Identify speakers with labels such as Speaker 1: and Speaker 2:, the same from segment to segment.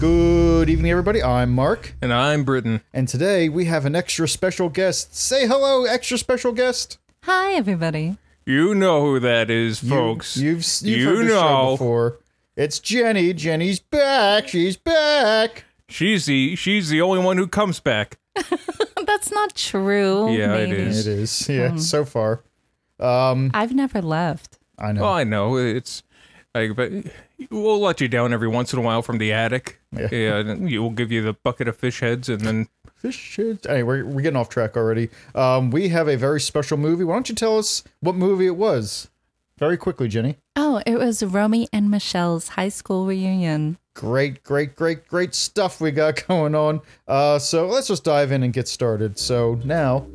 Speaker 1: Good evening, everybody. I'm Mark,
Speaker 2: And I'm Britain.
Speaker 1: and today we have an extra special guest. Say hello, extra special guest.
Speaker 3: Hi, everybody.
Speaker 2: You know who that is, folks.
Speaker 1: you, you've you've
Speaker 2: You
Speaker 1: heard this show
Speaker 2: know
Speaker 1: before. It's Jenny. Jenny's back. She's back.
Speaker 2: she's the she's the only one who comes back.
Speaker 3: That's not true.
Speaker 2: Yeah, it
Speaker 3: maybe.
Speaker 2: is.
Speaker 1: It is. Yeah, so far. Um,
Speaker 3: I've never left.
Speaker 1: I know.
Speaker 2: Oh, I know it's like, but we'll let you down every once in a while from the attic.
Speaker 1: Yeah.
Speaker 2: and you- we'll give you the bucket of fish heads, and then
Speaker 1: Fish heads. Anyway, we're, we're getting off track already. Um, we have a very special movie. Why don't you tell us what movie it was? Very quickly, Jenny.
Speaker 3: Oh, it was Romy and Michelle's high school reunion.
Speaker 1: great, great, great, great stuff we got going on. Uh, so let's just dive in and get started. So now,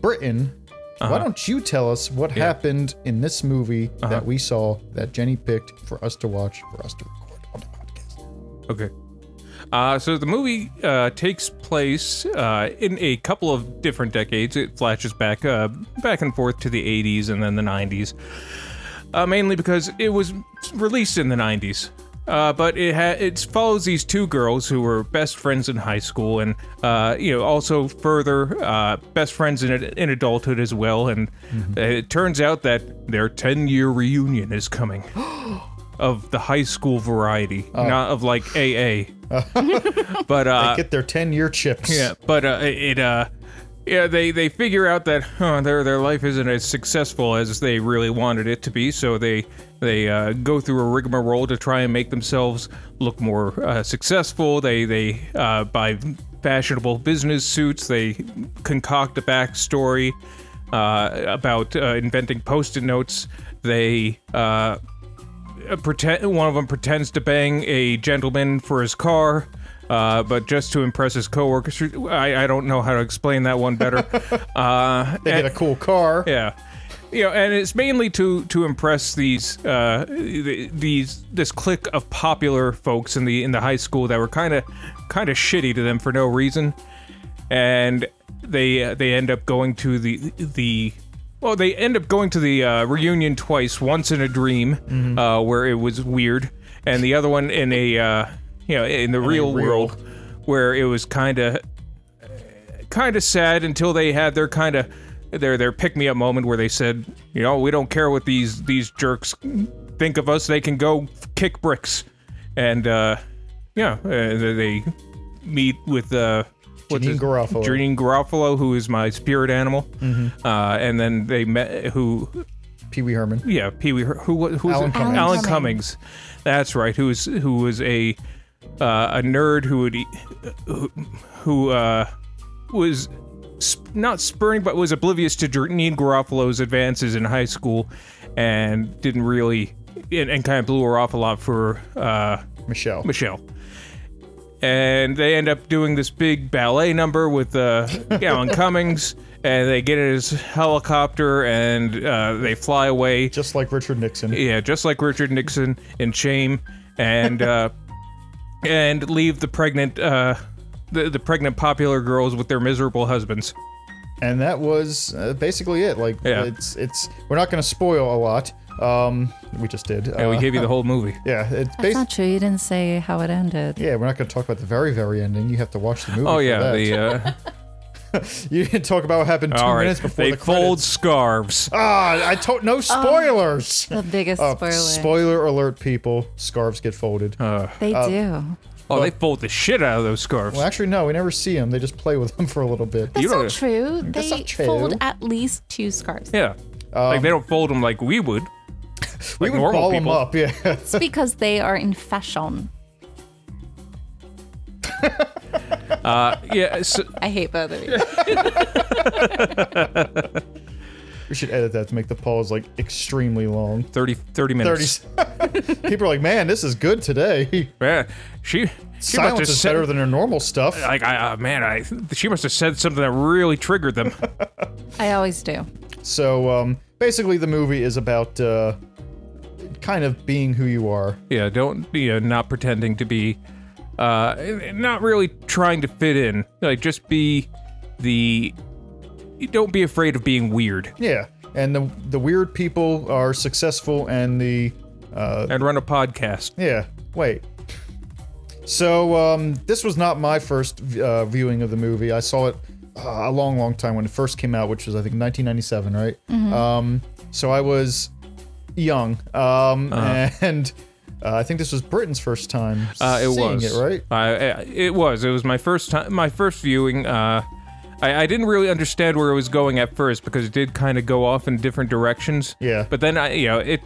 Speaker 1: Britain,
Speaker 2: Uh-huh.
Speaker 1: why don't you tell us what happened in this movie
Speaker 2: Uh-huh.
Speaker 1: that we saw that Jenny picked for us to watch, for us to record on the podcast?
Speaker 2: Okay. Uh, so the movie uh, takes place uh, in a couple of different decades. It flashes back, uh, back and forth to the 80s and then the 90s, uh, mainly because it was released in the 90s. Uh, but it ha- it follows these two girls who were best friends in high school, and uh, you know also further uh, best friends in, in adulthood as well. And it turns out that their ten year reunion is coming of the high school variety, not of like AA. but uh,
Speaker 1: Get their 10 year chips.
Speaker 2: yeah, but uh, it uh, yeah, they they figure out that huh, their their life isn't as successful as they really wanted it to be, so they they uh, go through a rigmarole to try and make themselves look more uh, successful. They they uh, buy fashionable business suits. They concoct a backstory uh, about uh, inventing post-it notes. They uh, pretend one of them pretends to bang a gentleman for his car uh, but just to impress his coworkers I, I don't know how to explain that one better uh,
Speaker 1: They get a cool car.
Speaker 2: yeah you know and it's mainly to to impress these uh, th- these this clique of popular folks in the in the high school that were kind of kind of shitty to them for no reason and they uh, they end up going to the the well they end up going to the uh, reunion twice once in a dream uh, where it was weird and the other one in a uh, you know in the real,
Speaker 1: real-
Speaker 2: world where it was kind of kind of sad until they had their kind of their their pick me up moment where they said you know we don't care what these these jerks think of us they can go kick bricks and uh yeah uh, they they meet with uh what's
Speaker 1: Janine
Speaker 2: his-
Speaker 1: Garofalo. Mm-hmm.
Speaker 2: Janine Garofalo, who is my spirit animal, uh, and then they met who,
Speaker 1: Pee Wee Herman.
Speaker 2: yeah, Pee Wee, Her- who wa- who was
Speaker 1: Alan
Speaker 2: it?
Speaker 1: Cummings.
Speaker 2: Alan
Speaker 3: Alan
Speaker 2: Cummings, that's right, who is who was a uh, a nerd who would e- who, who uh, was sp- not spurring but was oblivious to Janine Garofalo's advances in high school, and didn't really and, and kind of blew her off a lot for. Uh,
Speaker 1: Michelle.
Speaker 2: Michelle. And they end up doing this big ballet number with uh, Alan Cummings, and they get in his helicopter and uh, they fly away.
Speaker 1: Just like Richard Nixon.
Speaker 2: Yeah, just like Richard Nixon in Shame, and uh, and leave the pregnant uh, the, the pregnant popular girls with their miserable husbands.
Speaker 1: and that was uh, basically it. Like
Speaker 2: Yeah.
Speaker 1: it's it's we're not going to spoil a lot. Um, we just did. Uh,
Speaker 2: And we gave you the whole movie.
Speaker 1: yeah, it's
Speaker 3: That's
Speaker 1: basically
Speaker 3: not true. You didn't say how it ended.
Speaker 1: Yeah, we're not going to talk about the very, very ending. You have to watch the movie.
Speaker 2: Oh
Speaker 1: for
Speaker 2: yeah,
Speaker 1: that.
Speaker 2: the uh,
Speaker 1: you didn't talk about what happened two
Speaker 2: all right.
Speaker 1: minutes before
Speaker 2: They
Speaker 1: the
Speaker 2: fold
Speaker 1: credits.
Speaker 2: scarves.
Speaker 1: Ah, I told no spoilers.
Speaker 3: The biggest
Speaker 2: Oh,
Speaker 1: Uh,
Speaker 3: spoiler.
Speaker 1: spoiler alert, people. Scarves get folded.
Speaker 2: Uh,
Speaker 3: they do.
Speaker 2: Oh, they fold the shit out of those scarves.
Speaker 1: well, actually, no, we never see them. They just play with them for a little bit.
Speaker 3: That's
Speaker 2: you don't-
Speaker 3: not true. They
Speaker 1: not true.
Speaker 3: fold at least two scarves.
Speaker 2: Yeah, like they don't fold them like we would.
Speaker 1: Um, we
Speaker 2: like
Speaker 1: would
Speaker 2: normal
Speaker 1: ball
Speaker 2: people.
Speaker 1: them up. Yeah,
Speaker 3: It's because they are in fashion.
Speaker 2: Uh, Yeah, so,
Speaker 3: I hate both of you.
Speaker 1: we should edit that to make the pause like extremely long.
Speaker 2: 30, 30
Speaker 1: Thirty.
Speaker 2: minutes.
Speaker 1: people are like, man, this is good today.
Speaker 2: Yeah, she she must
Speaker 1: Silence
Speaker 2: have
Speaker 1: is
Speaker 2: said,
Speaker 1: better than their normal stuff.
Speaker 2: like I uh, man, I she must have said something that really triggered them.
Speaker 3: I always do.
Speaker 1: So, um, basically, the movie is about uh, kind of being who you are.
Speaker 2: yeah, don't you know, not pretending to be uh not really trying to fit in. Like just be the don't be afraid of being weird
Speaker 1: Yeah, and the the weird people are successful, and the uh,
Speaker 2: and run a podcast.
Speaker 1: yeah. Wait, So um, this was not my first uh, viewing of the movie. I saw it uh, a long, long time when it first came out, which was I think 1997, right?
Speaker 3: Mm-hmm.
Speaker 1: Um, so I was young, um, and uh, I think this was Britain's first time
Speaker 2: Uh-huh. Uh, it
Speaker 1: seeing
Speaker 2: was
Speaker 1: it, right?
Speaker 2: Uh, it was. It was my first time. My first viewing. Uh, I, I didn't really understand where it was going at first because it did kind of go off in different directions.
Speaker 1: Yeah.
Speaker 2: But then I, you know, it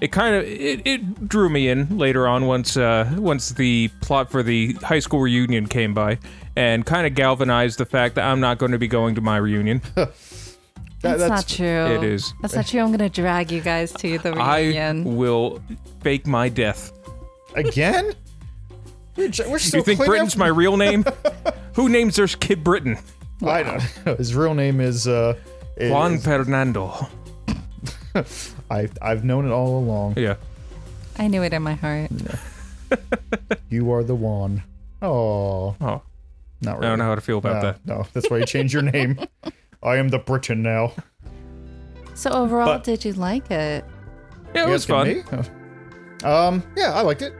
Speaker 2: it kind of it, it drew me in later on once uh, once the plot for the high school reunion came by and kind of galvanized the fact that I'm not going to be going to my reunion.
Speaker 1: That-
Speaker 3: That's, not true.
Speaker 2: It is.
Speaker 3: That's not true. I'm gonna drag you guys to the
Speaker 2: I
Speaker 3: reunion.
Speaker 2: will fake my death.
Speaker 1: again. We're, ju- we're
Speaker 2: Do
Speaker 1: still
Speaker 2: you think
Speaker 1: cleaning
Speaker 2: Britain's
Speaker 1: up-
Speaker 2: my real name? Who names their kid Britain?
Speaker 1: I don't know. His real name is. Uh, is-
Speaker 2: Juan Fernando.
Speaker 1: I, I've known it all along.
Speaker 2: Yeah.
Speaker 3: I, knew it in my heart.
Speaker 1: You are the one. Oh,
Speaker 2: Oh.
Speaker 1: not really.
Speaker 2: I don't know how to feel about
Speaker 1: no,
Speaker 2: that.
Speaker 1: no, that's why you changed your name. I am the Briton now.
Speaker 3: So overall,
Speaker 1: But-
Speaker 3: did you like it?
Speaker 2: Yeah, it
Speaker 1: You
Speaker 2: was fun.
Speaker 1: asking me? Um, yeah, I liked it.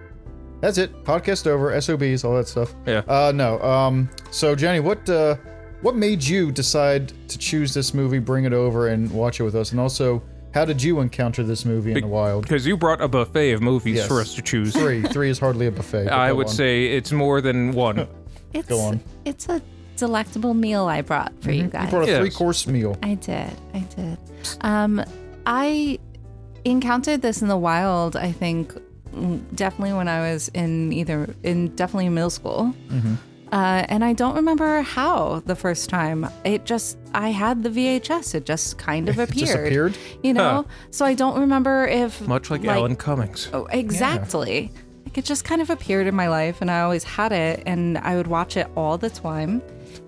Speaker 1: That's it. Podcast over. SOBs, all that stuff.
Speaker 2: Yeah.
Speaker 1: Uh, no. Um, so Jenny, what uh, what made you decide to choose this movie, bring it over, and watch it with us? And also, how did you encounter this movie in the wild?
Speaker 2: Because you brought a buffet of movies
Speaker 1: Yes.
Speaker 2: for us to choose.
Speaker 1: Three. Three is hardly a buffet. but
Speaker 2: I
Speaker 1: go
Speaker 2: would
Speaker 1: on.
Speaker 2: say it's more than one.
Speaker 3: It's
Speaker 1: on.
Speaker 3: it's a delectable meal I brought for you guys.
Speaker 1: you brought a
Speaker 2: Yes.
Speaker 1: three course meal.
Speaker 3: I did. I did. Um, I encountered this in the wild. I think mm, definitely when I was in either in definitely middle school. Uh, and I don't remember how the first time. It just I had the VHS. It just kind of appeared.
Speaker 1: appeared?
Speaker 3: You know. So I don't remember if
Speaker 2: Much like, Alan Cummings.
Speaker 3: Oh, exactly. Like it just kind of appeared in my life, and I always had it, and I would watch it all the time.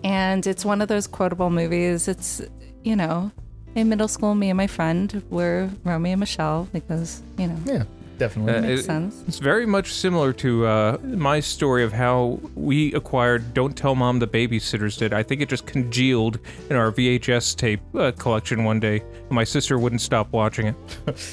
Speaker 3: And it's one of those quotable movies. It's, you know, in middle school, me and my friend were Romeo and Michelle because, you know,
Speaker 1: Yeah, definitely.
Speaker 2: Uh,
Speaker 3: makes
Speaker 2: it-
Speaker 3: sense.
Speaker 2: It's very much similar to uh, my story of how we acquired Don't Tell Mom the Babysitters did. I think it just congealed in our VHS tape uh, collection one day. and My sister wouldn't stop watching it.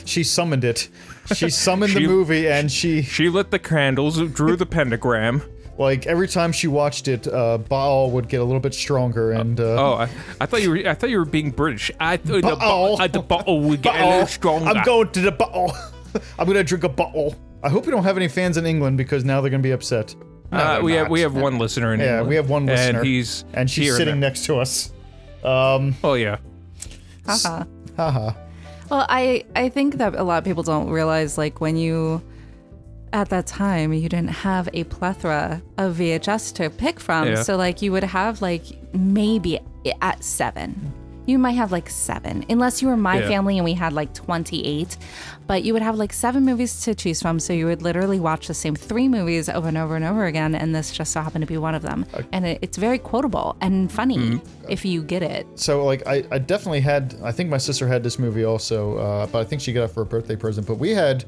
Speaker 1: she summoned it. She summoned
Speaker 2: She-
Speaker 1: the movie, and she
Speaker 2: She lit the candles, drew the pentagram.
Speaker 1: like every time she watched it, uh, Baal would get a little bit stronger, and uh,
Speaker 2: Oh, I, I thought you were I thought you were being British. I th- the,
Speaker 1: Bottle.
Speaker 2: bo- uh, the bottle would get a little stronger.
Speaker 1: I'm going to the bottle. I'm gonna drink a bottle. I hope we don't have any fans in England because now they're gonna be upset.
Speaker 2: uh, we have we have one listener in
Speaker 1: Yeah,
Speaker 2: England,
Speaker 1: we have one listener,
Speaker 2: Mm. and he's
Speaker 1: and she's
Speaker 2: here
Speaker 1: sitting
Speaker 2: now.
Speaker 1: next to us. Um,
Speaker 2: Oh yeah,
Speaker 3: Haha.
Speaker 1: haha.
Speaker 3: Well, I I think that a lot of people don't realize like when you at that time you didn't have a plethora of VHS to pick from.
Speaker 2: Yeah.
Speaker 3: So like you would have like maybe at 7. You might have like 7 unless you were my
Speaker 2: Yeah.
Speaker 3: family and we had like 28, but you would have like 7 movies to choose from so you would literally watch the same 3 movies over and over and over again and this just so happened to be one of them. and it, it's very quotable and funny
Speaker 2: Mm-hmm.
Speaker 3: if you get it.
Speaker 1: So like I, I definitely had. I think my sister had this movie also, uh, but I think she got it for a birthday present. But we had.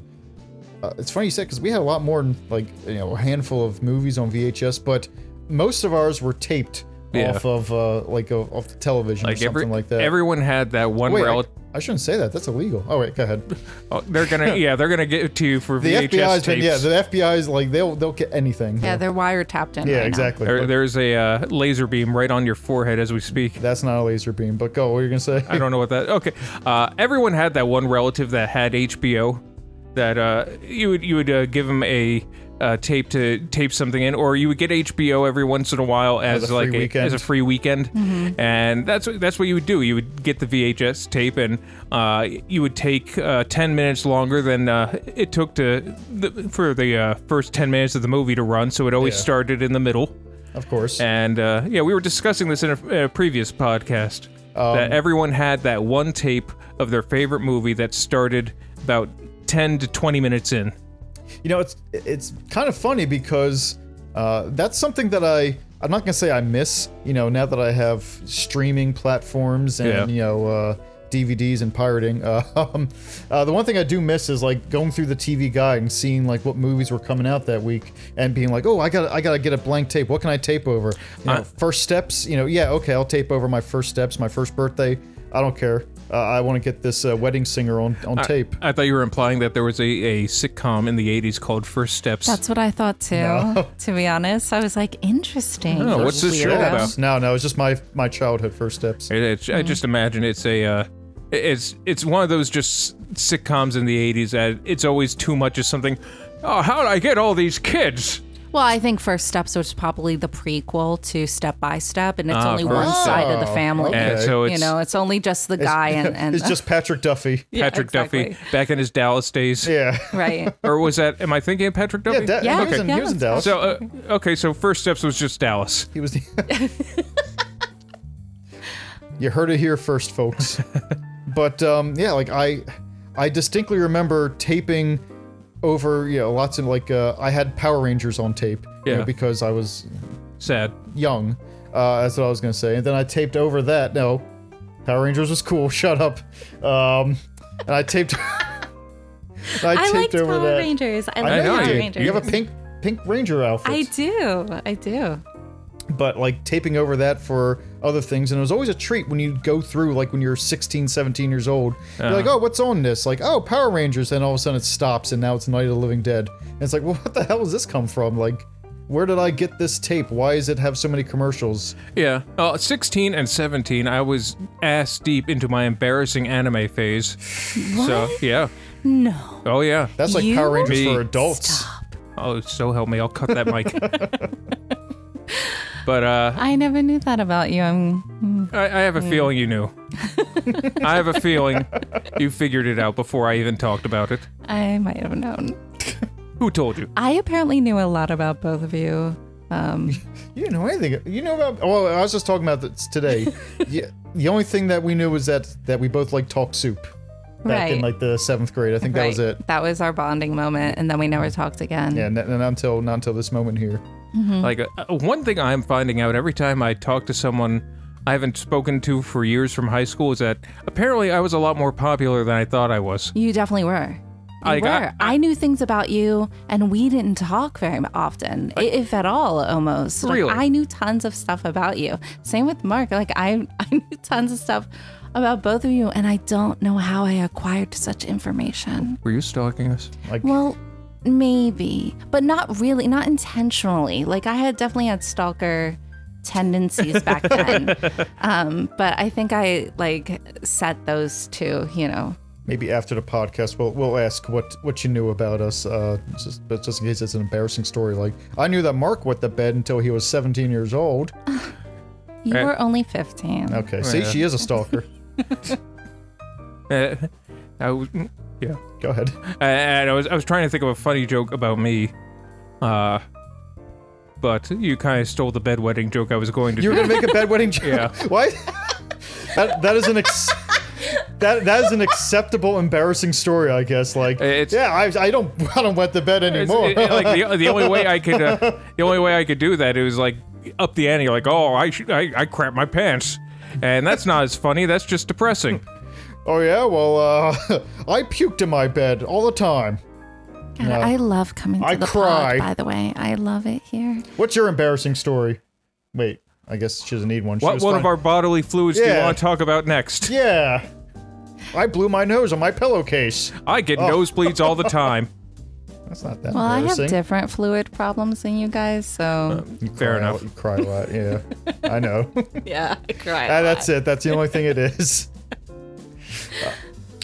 Speaker 1: Uh, it's funny you said because we had a lot more than like you know a handful of movies on VHS, but most of ours were taped
Speaker 2: Yeah.
Speaker 1: off of uh, like uh, off the television or
Speaker 2: like
Speaker 1: something
Speaker 2: every
Speaker 1: like that.
Speaker 2: everyone had that one
Speaker 1: Wait,
Speaker 2: rel-
Speaker 1: I, I shouldn't say that. That's illegal. Oh wait, go ahead.
Speaker 2: oh, they're gonna yeah they're gonna get it to you for
Speaker 1: The
Speaker 2: VHS
Speaker 1: FBI's
Speaker 2: tapes.
Speaker 1: been yeah. The FBI's like they'll they'll get anything.
Speaker 3: Yeah, they're wiretapped in.
Speaker 1: Yeah,
Speaker 3: right now.
Speaker 1: exactly.
Speaker 2: There-
Speaker 1: But
Speaker 2: there's a uh, laser beam right on your forehead as we speak.
Speaker 1: that's not a laser beam. But go. What are you gonna say?
Speaker 2: I don't know what that. Okay, uh, everyone had that one relative that had HBO. That uh, you would you would uh, give him a uh, tape to tape something in, or you would get HBO every once in a while as,
Speaker 1: a
Speaker 2: like
Speaker 1: free
Speaker 2: a,
Speaker 1: weekend.
Speaker 2: as a free weekend, and that's what- that's what you would do. You would get the VHS tape, and uh, you would take uh, ten minutes longer than uh, it took to the, for the uh, first ten minutes of the movie to run. So it always
Speaker 1: Yeah.
Speaker 2: started in the middle.
Speaker 1: Of course.
Speaker 2: And uh, yeah, we were discussing this in a, in a previous podcast
Speaker 1: Um,
Speaker 2: that everyone had that one tape of their favorite movie that started about 10 to 20 minutes in.
Speaker 1: you know it's it's kind of funny because uh, that's something that I I'm not gonna say I miss you know now that I have streaming platforms and
Speaker 2: Yeah.
Speaker 1: you know uh, DVDs and pirating uh, um, uh, the one thing I do miss is like going through the TV guide and seeing like what movies were coming out that week and being like oh I got to I gotta get a blank tape what can I tape over you know, first steps you know yeah okay I'll tape over my first steps my first birthday I don't care uh, I want to get this uh, wedding singer on, on tape.
Speaker 2: I thought you were implying that there was a, a sitcom in the 80s called First Steps.
Speaker 3: That's what I thought too. To be honest, I was like, interesting.
Speaker 2: Oh, what's this show
Speaker 3: weirdo.
Speaker 2: about?
Speaker 1: Yes. No, no, it's just my my childhood first steps.
Speaker 2: It- it's-
Speaker 3: Mm-hmm.
Speaker 2: I just imagine it's a uh, it- it's it's one of those just sitcoms in the 80s that it's always too much of something. Oh, how did I get all these kids?
Speaker 3: Well, I think First Steps was probably the prequel to Step by Step, and it's
Speaker 2: Ah,
Speaker 3: only
Speaker 2: First
Speaker 3: one
Speaker 2: Step.
Speaker 3: side of the family.
Speaker 1: Okay.
Speaker 2: And so it's
Speaker 3: you know, it's only just the guy and, and
Speaker 1: Oh, it's just Patrick Duffy.
Speaker 3: Yeah,
Speaker 2: Patrick Duffy
Speaker 3: exactly.
Speaker 2: back in his Dallas days.
Speaker 1: Yeah.
Speaker 3: right.
Speaker 2: Or was that am I thinking of Patrick Duffy?
Speaker 1: Yeah, Da-
Speaker 3: Yeah,
Speaker 1: he, was in, he
Speaker 3: yeah,
Speaker 1: was in
Speaker 3: that's
Speaker 1: Dallas.
Speaker 2: so uh, okay, so First Steps was just Dallas.
Speaker 1: he was the. you heard it here first, folks. but um, yeah, like I, I distinctly remember taping over you know lots of like uh, I had Power Rangers on tape. you know,
Speaker 2: Yeah.
Speaker 1: because I was
Speaker 2: Sad.
Speaker 1: young. Uh, that's what I was gonna say. And then I taped over that. No, Power Rangers was cool. Shut up. Um, and I taped. and I
Speaker 3: I
Speaker 1: taped
Speaker 3: liked
Speaker 1: over
Speaker 3: Power
Speaker 1: that.
Speaker 3: Rangers. I
Speaker 1: I
Speaker 3: like
Speaker 1: know
Speaker 2: you
Speaker 3: Power
Speaker 2: did.
Speaker 1: you did.
Speaker 3: Rangers.
Speaker 1: You have a pink pink ranger outfit.
Speaker 3: I do. I do.
Speaker 1: but like taping over that for other things and it was always a treat when you go through like when you're 16 17 years old you're like oh what's on this like oh power rangers and all of a sudden it stops and now it's night of the living dead and it's like well what the hell does this come from like where did i get this tape why does it have so many commercials
Speaker 2: Yeah. Uh, 16 and 17, I was ass deep into my embarrassing anime phase. So, yeah.
Speaker 3: No.
Speaker 2: Oh, yeah.
Speaker 1: that's like
Speaker 3: You-
Speaker 1: power rangers
Speaker 2: Me.
Speaker 1: for adults
Speaker 2: Oh, so help me. I'll cut that mic. but uh,
Speaker 3: I never knew that about you. I'm
Speaker 2: I, I have a feeling you knew. I have a feeling you figured it out before I even talked about it.
Speaker 3: I might have known.
Speaker 2: Who told you?
Speaker 3: I apparently knew a lot about both of you.
Speaker 1: you didn't know anything you know about well i was just talking about this today yeah, the only thing that we knew was that that we both like talk soup back in
Speaker 3: Right.
Speaker 1: like the seventh grade i think that was
Speaker 3: Right.
Speaker 1: it
Speaker 3: That was our bonding moment, and then we never talked again.
Speaker 1: yeah, and not until not until this moment here.
Speaker 2: Like, uh, one thing I'm finding out every time I talk to someone I haven't spoken to for years from high school is that apparently I was a lot more popular than I thought I was.
Speaker 3: You definitely were. You
Speaker 2: I
Speaker 3: were.
Speaker 2: got-
Speaker 3: I knew things about you, and we didn't talk very often, i- if at all, almost. Like,
Speaker 2: Really?
Speaker 3: I knew tons of stuff about you. Same with Mark. Like I, I knew tons of stuff about both of you, and I don't know how I acquired such information.
Speaker 2: Were you stalking us?
Speaker 1: Like
Speaker 3: Well, maybe, but not really, not intentionally. Like I had definitely had stalker tendencies back then, um, but I think I like set those two, you know.
Speaker 1: maybe after the podcast we'll we'll ask what what you knew about us uh just but just in case it's an embarrassing story like i knew that mark went to bed until he was 17 years old
Speaker 3: You
Speaker 2: Right.
Speaker 3: were only 15.
Speaker 1: okay see
Speaker 2: Yeah.
Speaker 1: she is a stalker
Speaker 2: Uh, I was, yeah.
Speaker 1: go ahead
Speaker 2: And I was I was trying to think of a funny joke about me, uh, but you kind of stole the bedwetting joke I was going to
Speaker 1: you were
Speaker 2: do.
Speaker 1: gonna make a bedwetting joke
Speaker 2: Yeah.
Speaker 1: why that, that is an ex- that that is an acceptable embarrassing story i guess like
Speaker 2: It's-
Speaker 1: yeah I, I don't i don't wet the bed
Speaker 2: It's-
Speaker 1: anymore
Speaker 2: it- it- like the, the only way I could uh, the only way I could do that it was like up the ante like oh I should, I I crap my pants and that's not as funny that's just depressing
Speaker 1: oh yeah well uh i puked in my bed all the time
Speaker 3: God, I love coming to
Speaker 1: I
Speaker 3: the
Speaker 1: cry.
Speaker 3: pod, by the way. I love it here.
Speaker 1: what's your embarrassing story wait i guess she doesn't need one She
Speaker 2: what
Speaker 1: was
Speaker 2: one
Speaker 1: fine.
Speaker 2: of our bodily fluids do you
Speaker 1: Yeah.
Speaker 2: want to talk about next
Speaker 1: Yeah. I blew my nose on my pillowcase.
Speaker 2: I get
Speaker 1: Oh.
Speaker 2: nosebleeds all the time
Speaker 1: That's not that
Speaker 3: Well, I have
Speaker 1: embarrassing.
Speaker 3: different fluid problems than you guys, so
Speaker 2: fair
Speaker 1: Cry a lot-
Speaker 2: enough
Speaker 1: You cry a lot, yeah. I know.
Speaker 3: yeah, I cry.
Speaker 1: Ah, that's it. That's the only thing it is. Uh,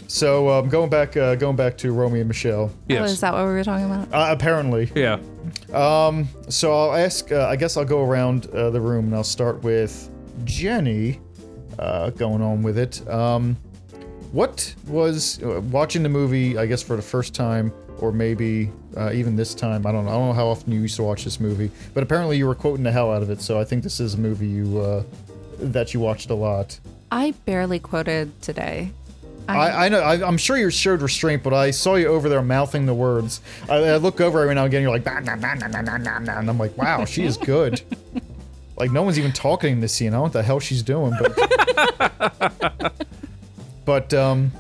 Speaker 1: So um, going back, uh, going back to Romeo and Michelle.
Speaker 3: Oh, is
Speaker 2: yes
Speaker 3: that what we were talking about?
Speaker 1: Uh, apparently,
Speaker 2: yeah
Speaker 1: so I'll ask. Uh, I guess I'll go around uh, the room and I'll start with Jenny. Uh, going on with it. Um, what was uh, watching the movie? I guess for the first time, or maybe uh, even this time. I don't. know. I don't know how often you used to watch this movie, but apparently you were quoting the hell out of it. So I think this is a movie you uh, that you watched a lot.
Speaker 3: I barely quoted today.
Speaker 1: I, I know. I, I'm sure you showed restraint, but I saw you over there mouthing the words. I, I look over every now and again. You're like, "Bah, nah, nah, nah, nah, nah, nah, nah," and I'm like, wow, she is good. like no one's even talking in this scene. I don't know what the hell she's doing, but but um,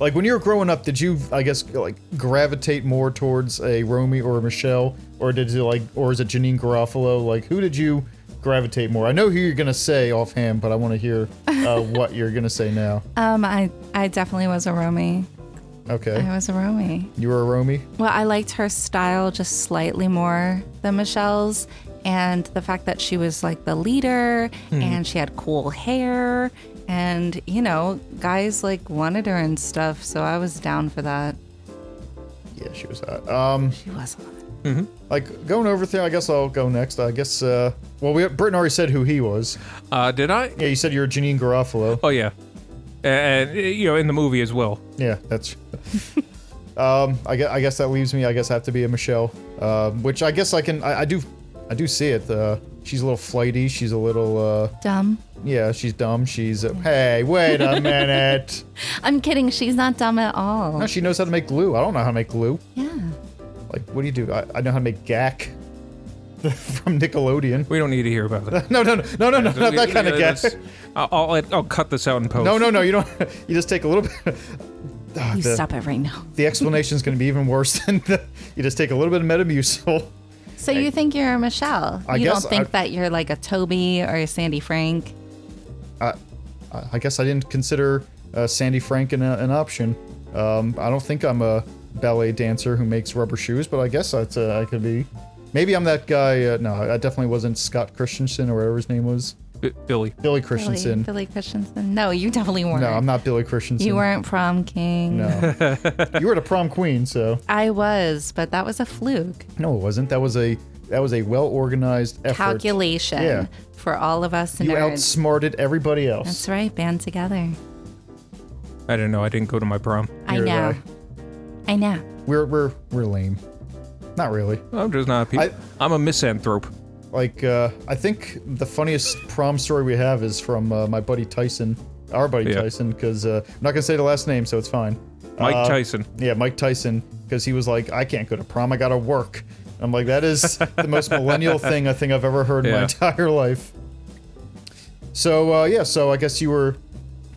Speaker 1: like when you were growing up, did you I guess like gravitate more towards a Romy or a Michelle, or did you like, or is it Janine Garofalo? Like who did you gravitate more? I know who you're gonna say offhand, but I want to hear uh, what you're gonna say now.
Speaker 3: Um, I I definitely was a Romy.
Speaker 1: Okay,
Speaker 3: I was a Romy.
Speaker 1: you were a Romy.
Speaker 3: Well, I liked her style just slightly more than Michelle's, and the fact that she was like the leader
Speaker 1: Hmm.
Speaker 3: and she had cool hair, and you know, guys like wanted her and stuff. So I was down for that.
Speaker 1: Yeah, she was hot. Um,
Speaker 3: She was. hot.
Speaker 1: like going over thing. I guess I'll go next. I guess. Uh, well, we Britton already said who he was.
Speaker 2: Uh, did I?
Speaker 1: Yeah, you said you were Janine Garofalo.
Speaker 2: Oh yeah, and uh, you know in the movie as well.
Speaker 1: Yeah, that's. um, I guess, I guess that leaves me. I guess I have to be a Michelle, um, which I guess I can. I, I do, I do see it. Uh, she's a little flighty. She's a little. Uh,
Speaker 3: Dumb.
Speaker 1: yeah, she's dumb. She's. Uh, hey, wait a minute.
Speaker 3: I'm kidding. She's not dumb at all.
Speaker 1: No, she knows how to make glue. I don't know how to make glue.
Speaker 3: Yeah.
Speaker 1: Like, what do you do? I, I know how to make gack from Nickelodeon.
Speaker 2: We don't need to hear about that.
Speaker 1: No, no, no, no, no, no, not that kind of
Speaker 2: Yeah,
Speaker 1: gack.
Speaker 2: that's- I'll, I'll I'll cut this out in post.
Speaker 1: No, no, no. You don't. You just take a little bit. Ah,
Speaker 3: You
Speaker 1: the,
Speaker 3: stop it right now.
Speaker 1: the explanation is going to be even worse than the, you just take a little bit of Metamucil.
Speaker 3: So you think you're a Michelle?
Speaker 1: I
Speaker 3: you
Speaker 1: guess
Speaker 3: don't think
Speaker 1: I-
Speaker 3: that you're like a Toby or a Sandy Frank?
Speaker 1: I I guess I didn't consider uh, Sandy Frank an, an option. Um, I don't think I'm a ballet dancer who makes rubber shoes, but I guess that's, uh, I could be. Maybe I'm that guy. Uh, no, I definitely wasn't Scott Christensen or whatever his name was.
Speaker 2: B- Billy.
Speaker 1: Billy
Speaker 3: Billy,
Speaker 1: Christensen.
Speaker 3: Billy Christensen. No, you definitely weren't.
Speaker 1: No, I'm not Billy Christensen.
Speaker 3: You weren't prom king.
Speaker 1: No. you were the prom queen, so
Speaker 3: I was, but that was a fluke.
Speaker 1: no, it wasn't. That was a that was a well organized effort.
Speaker 3: Calculation
Speaker 1: Yeah.
Speaker 3: for all of us
Speaker 1: You
Speaker 3: nerds.
Speaker 1: outsmarted everybody else.
Speaker 3: That's right, band together.
Speaker 2: I don't know. I didn't go to my prom.
Speaker 3: I
Speaker 1: You're uh,
Speaker 3: know.
Speaker 1: right.
Speaker 3: I know.
Speaker 1: We're we're we're lame. Not really.
Speaker 2: I'm just not a people. I'm a misanthrope.
Speaker 1: Like uh, I think the funniest prom story we have is from uh, my buddy Tyson, our buddy
Speaker 2: Yeah.
Speaker 1: Tyson, because uh, I'm not gonna say the last name, so it's fine.
Speaker 2: Mike
Speaker 1: Uh,
Speaker 2: Tyson.
Speaker 1: Yeah, Mike Tyson, because he was like, I can't go to prom, I gotta work. I'm like, that is the most millennial thing I think I've ever heard in my
Speaker 2: Yeah.
Speaker 1: entire life. So uh, yeah, so I guess you were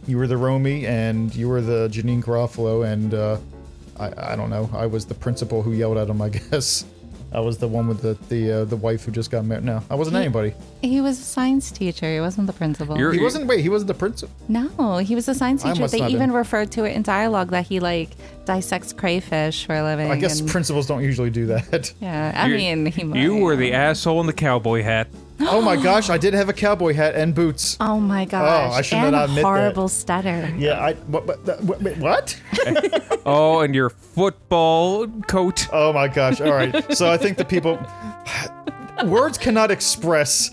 Speaker 1: you were the Romy and you were the Janine Garofalo and uh, I, I don't know, I was the principal who yelled at him. I guess I was the one with the the uh, the wife who just got married. No, I wasn't anybody.
Speaker 3: He was a science teacher. He wasn't the principal.
Speaker 2: You're-
Speaker 1: He wasn't. Wait, he wasn't the principal.
Speaker 3: no, he was a science
Speaker 1: I
Speaker 3: teacher.
Speaker 1: must
Speaker 3: They
Speaker 1: not have
Speaker 3: even
Speaker 1: been.
Speaker 3: referred to it in dialogue that he like dissects crayfish for a living.
Speaker 1: I guess
Speaker 3: and-
Speaker 1: principals don't usually do that.
Speaker 3: yeah, I
Speaker 2: You're-
Speaker 3: mean, he might.
Speaker 2: You were the asshole in the cowboy hat.
Speaker 1: oh my gosh, I did have a cowboy hat and boots.
Speaker 3: Oh my gosh!
Speaker 1: I should
Speaker 3: and
Speaker 1: not
Speaker 3: a
Speaker 1: admit that.
Speaker 3: horrible stutter.
Speaker 1: Yeah, I what, what, what- what?
Speaker 2: Oh, and your football coat.
Speaker 1: Oh my gosh! All right, so I think the people words cannot express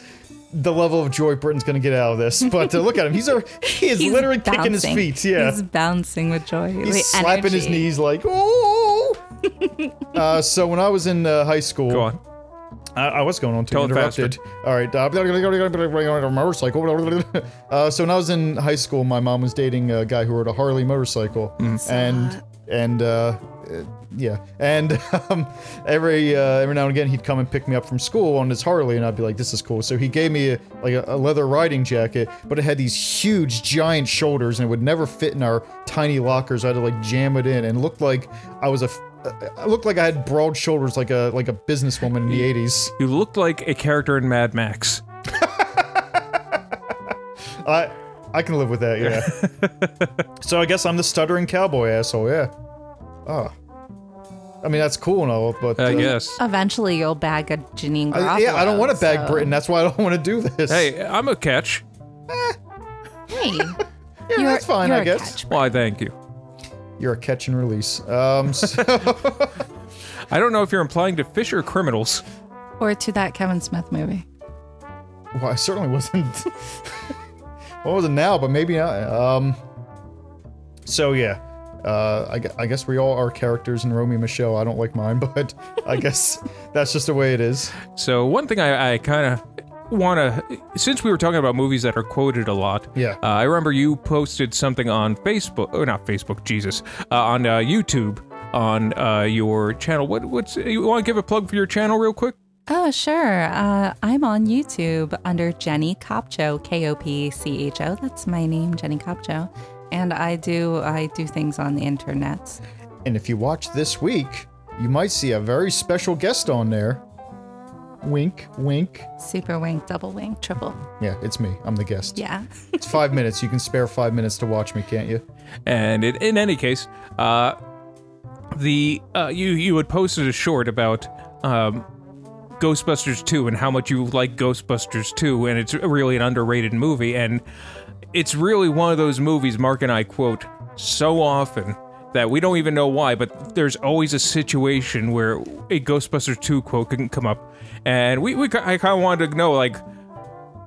Speaker 1: the level of joy Britain's going to get out of this. But uh, look at him; he's a, he is
Speaker 3: He's
Speaker 1: literally kicking his
Speaker 3: bouncing.
Speaker 1: feet. Yeah,
Speaker 3: he's
Speaker 1: he's,
Speaker 3: bouncing with joy. the
Speaker 1: slapping his
Speaker 3: energy.
Speaker 1: knees like oh. uh, so when I was in uh, high school,
Speaker 2: Go on.
Speaker 1: I, I was going on to
Speaker 2: Tell it
Speaker 1: interrupted. All right. Uh, motorcycle. uh, so when I was in high school, my mom was dating a guy who rode a Harley motorcycle,
Speaker 3: Mm.
Speaker 1: and and uh, uh, yeah, and um, every uh, every now and again he'd come and pick me up from school on his Harley, and I'd be like, "This is cool." So he gave me a, like a, a leather riding jacket, but it had these huge, giant shoulders, and it would never fit in our tiny lockers. I had to like jam it in, and it looked like I was a f- I looked like I had broad shoulders, like a like a businesswoman in the '80s.
Speaker 2: You looked like a character in Mad Max.
Speaker 1: I I can live with that, yeah. so I guess I'm the stuttering cowboy asshole, yeah. Oh. I mean that's cool and all, but
Speaker 2: I
Speaker 1: uh,
Speaker 2: guess.
Speaker 3: Eventually, you'll bag a Janine
Speaker 1: I-
Speaker 3: Garofalo.
Speaker 1: yeah, I don't want to bag
Speaker 3: so-
Speaker 1: Britain. That's why I don't want to do this.
Speaker 2: Hey, I'm a catch.
Speaker 3: Hey,
Speaker 1: yeah,
Speaker 3: you're-
Speaker 1: that's fine,
Speaker 3: you're
Speaker 1: I
Speaker 3: a
Speaker 1: guess.
Speaker 3: catch.
Speaker 2: Why, thank you.
Speaker 1: You're a catch and release. Um, so-
Speaker 2: I don't know if you're implying to fish or criminals.
Speaker 3: Or to that Kevin Smith movie.
Speaker 1: well, I certainly wasn't. well, I wasn't now, but maybe not. Um, so yeah, uh, I, gu- I guess we all are characters in Romeo and Michelle. I don't like mine, but I guess that's just the way it is.
Speaker 2: So one thing I, I kind of want to, since we were talking about movies that are quoted a lot,
Speaker 1: Yeah.
Speaker 2: uh, I remember you posted something on Facebook, or not Facebook, Jesus, uh, on uh, YouTube on uh, your channel. What what's you want to give a plug for your channel real quick?
Speaker 3: Oh, sure. Uh, I'm on YouTube under Jenny Copcho, K O P C H O. That's my name, Jenny Copcho. And I do I do things on the internet.
Speaker 1: And if you watch this week, you might see a very special guest on there. Wink, wink.
Speaker 3: Super wink, double wink, triple.
Speaker 1: Yeah, it's me. I'm the guest.
Speaker 3: Yeah.
Speaker 1: It's five minutes. You can spare five minutes to watch me, can't you?
Speaker 2: And in, in any case, uh, the uh, you you had posted a short about um, Ghostbusters 2 and how much you like Ghostbusters 2, and it's really an underrated movie, and it's really one of those movies Mark and I quote so often that we don't even know why, but there's always a situation where a Ghostbusters 2 quote can come up, and we, we ki- I kind of wanted to know like.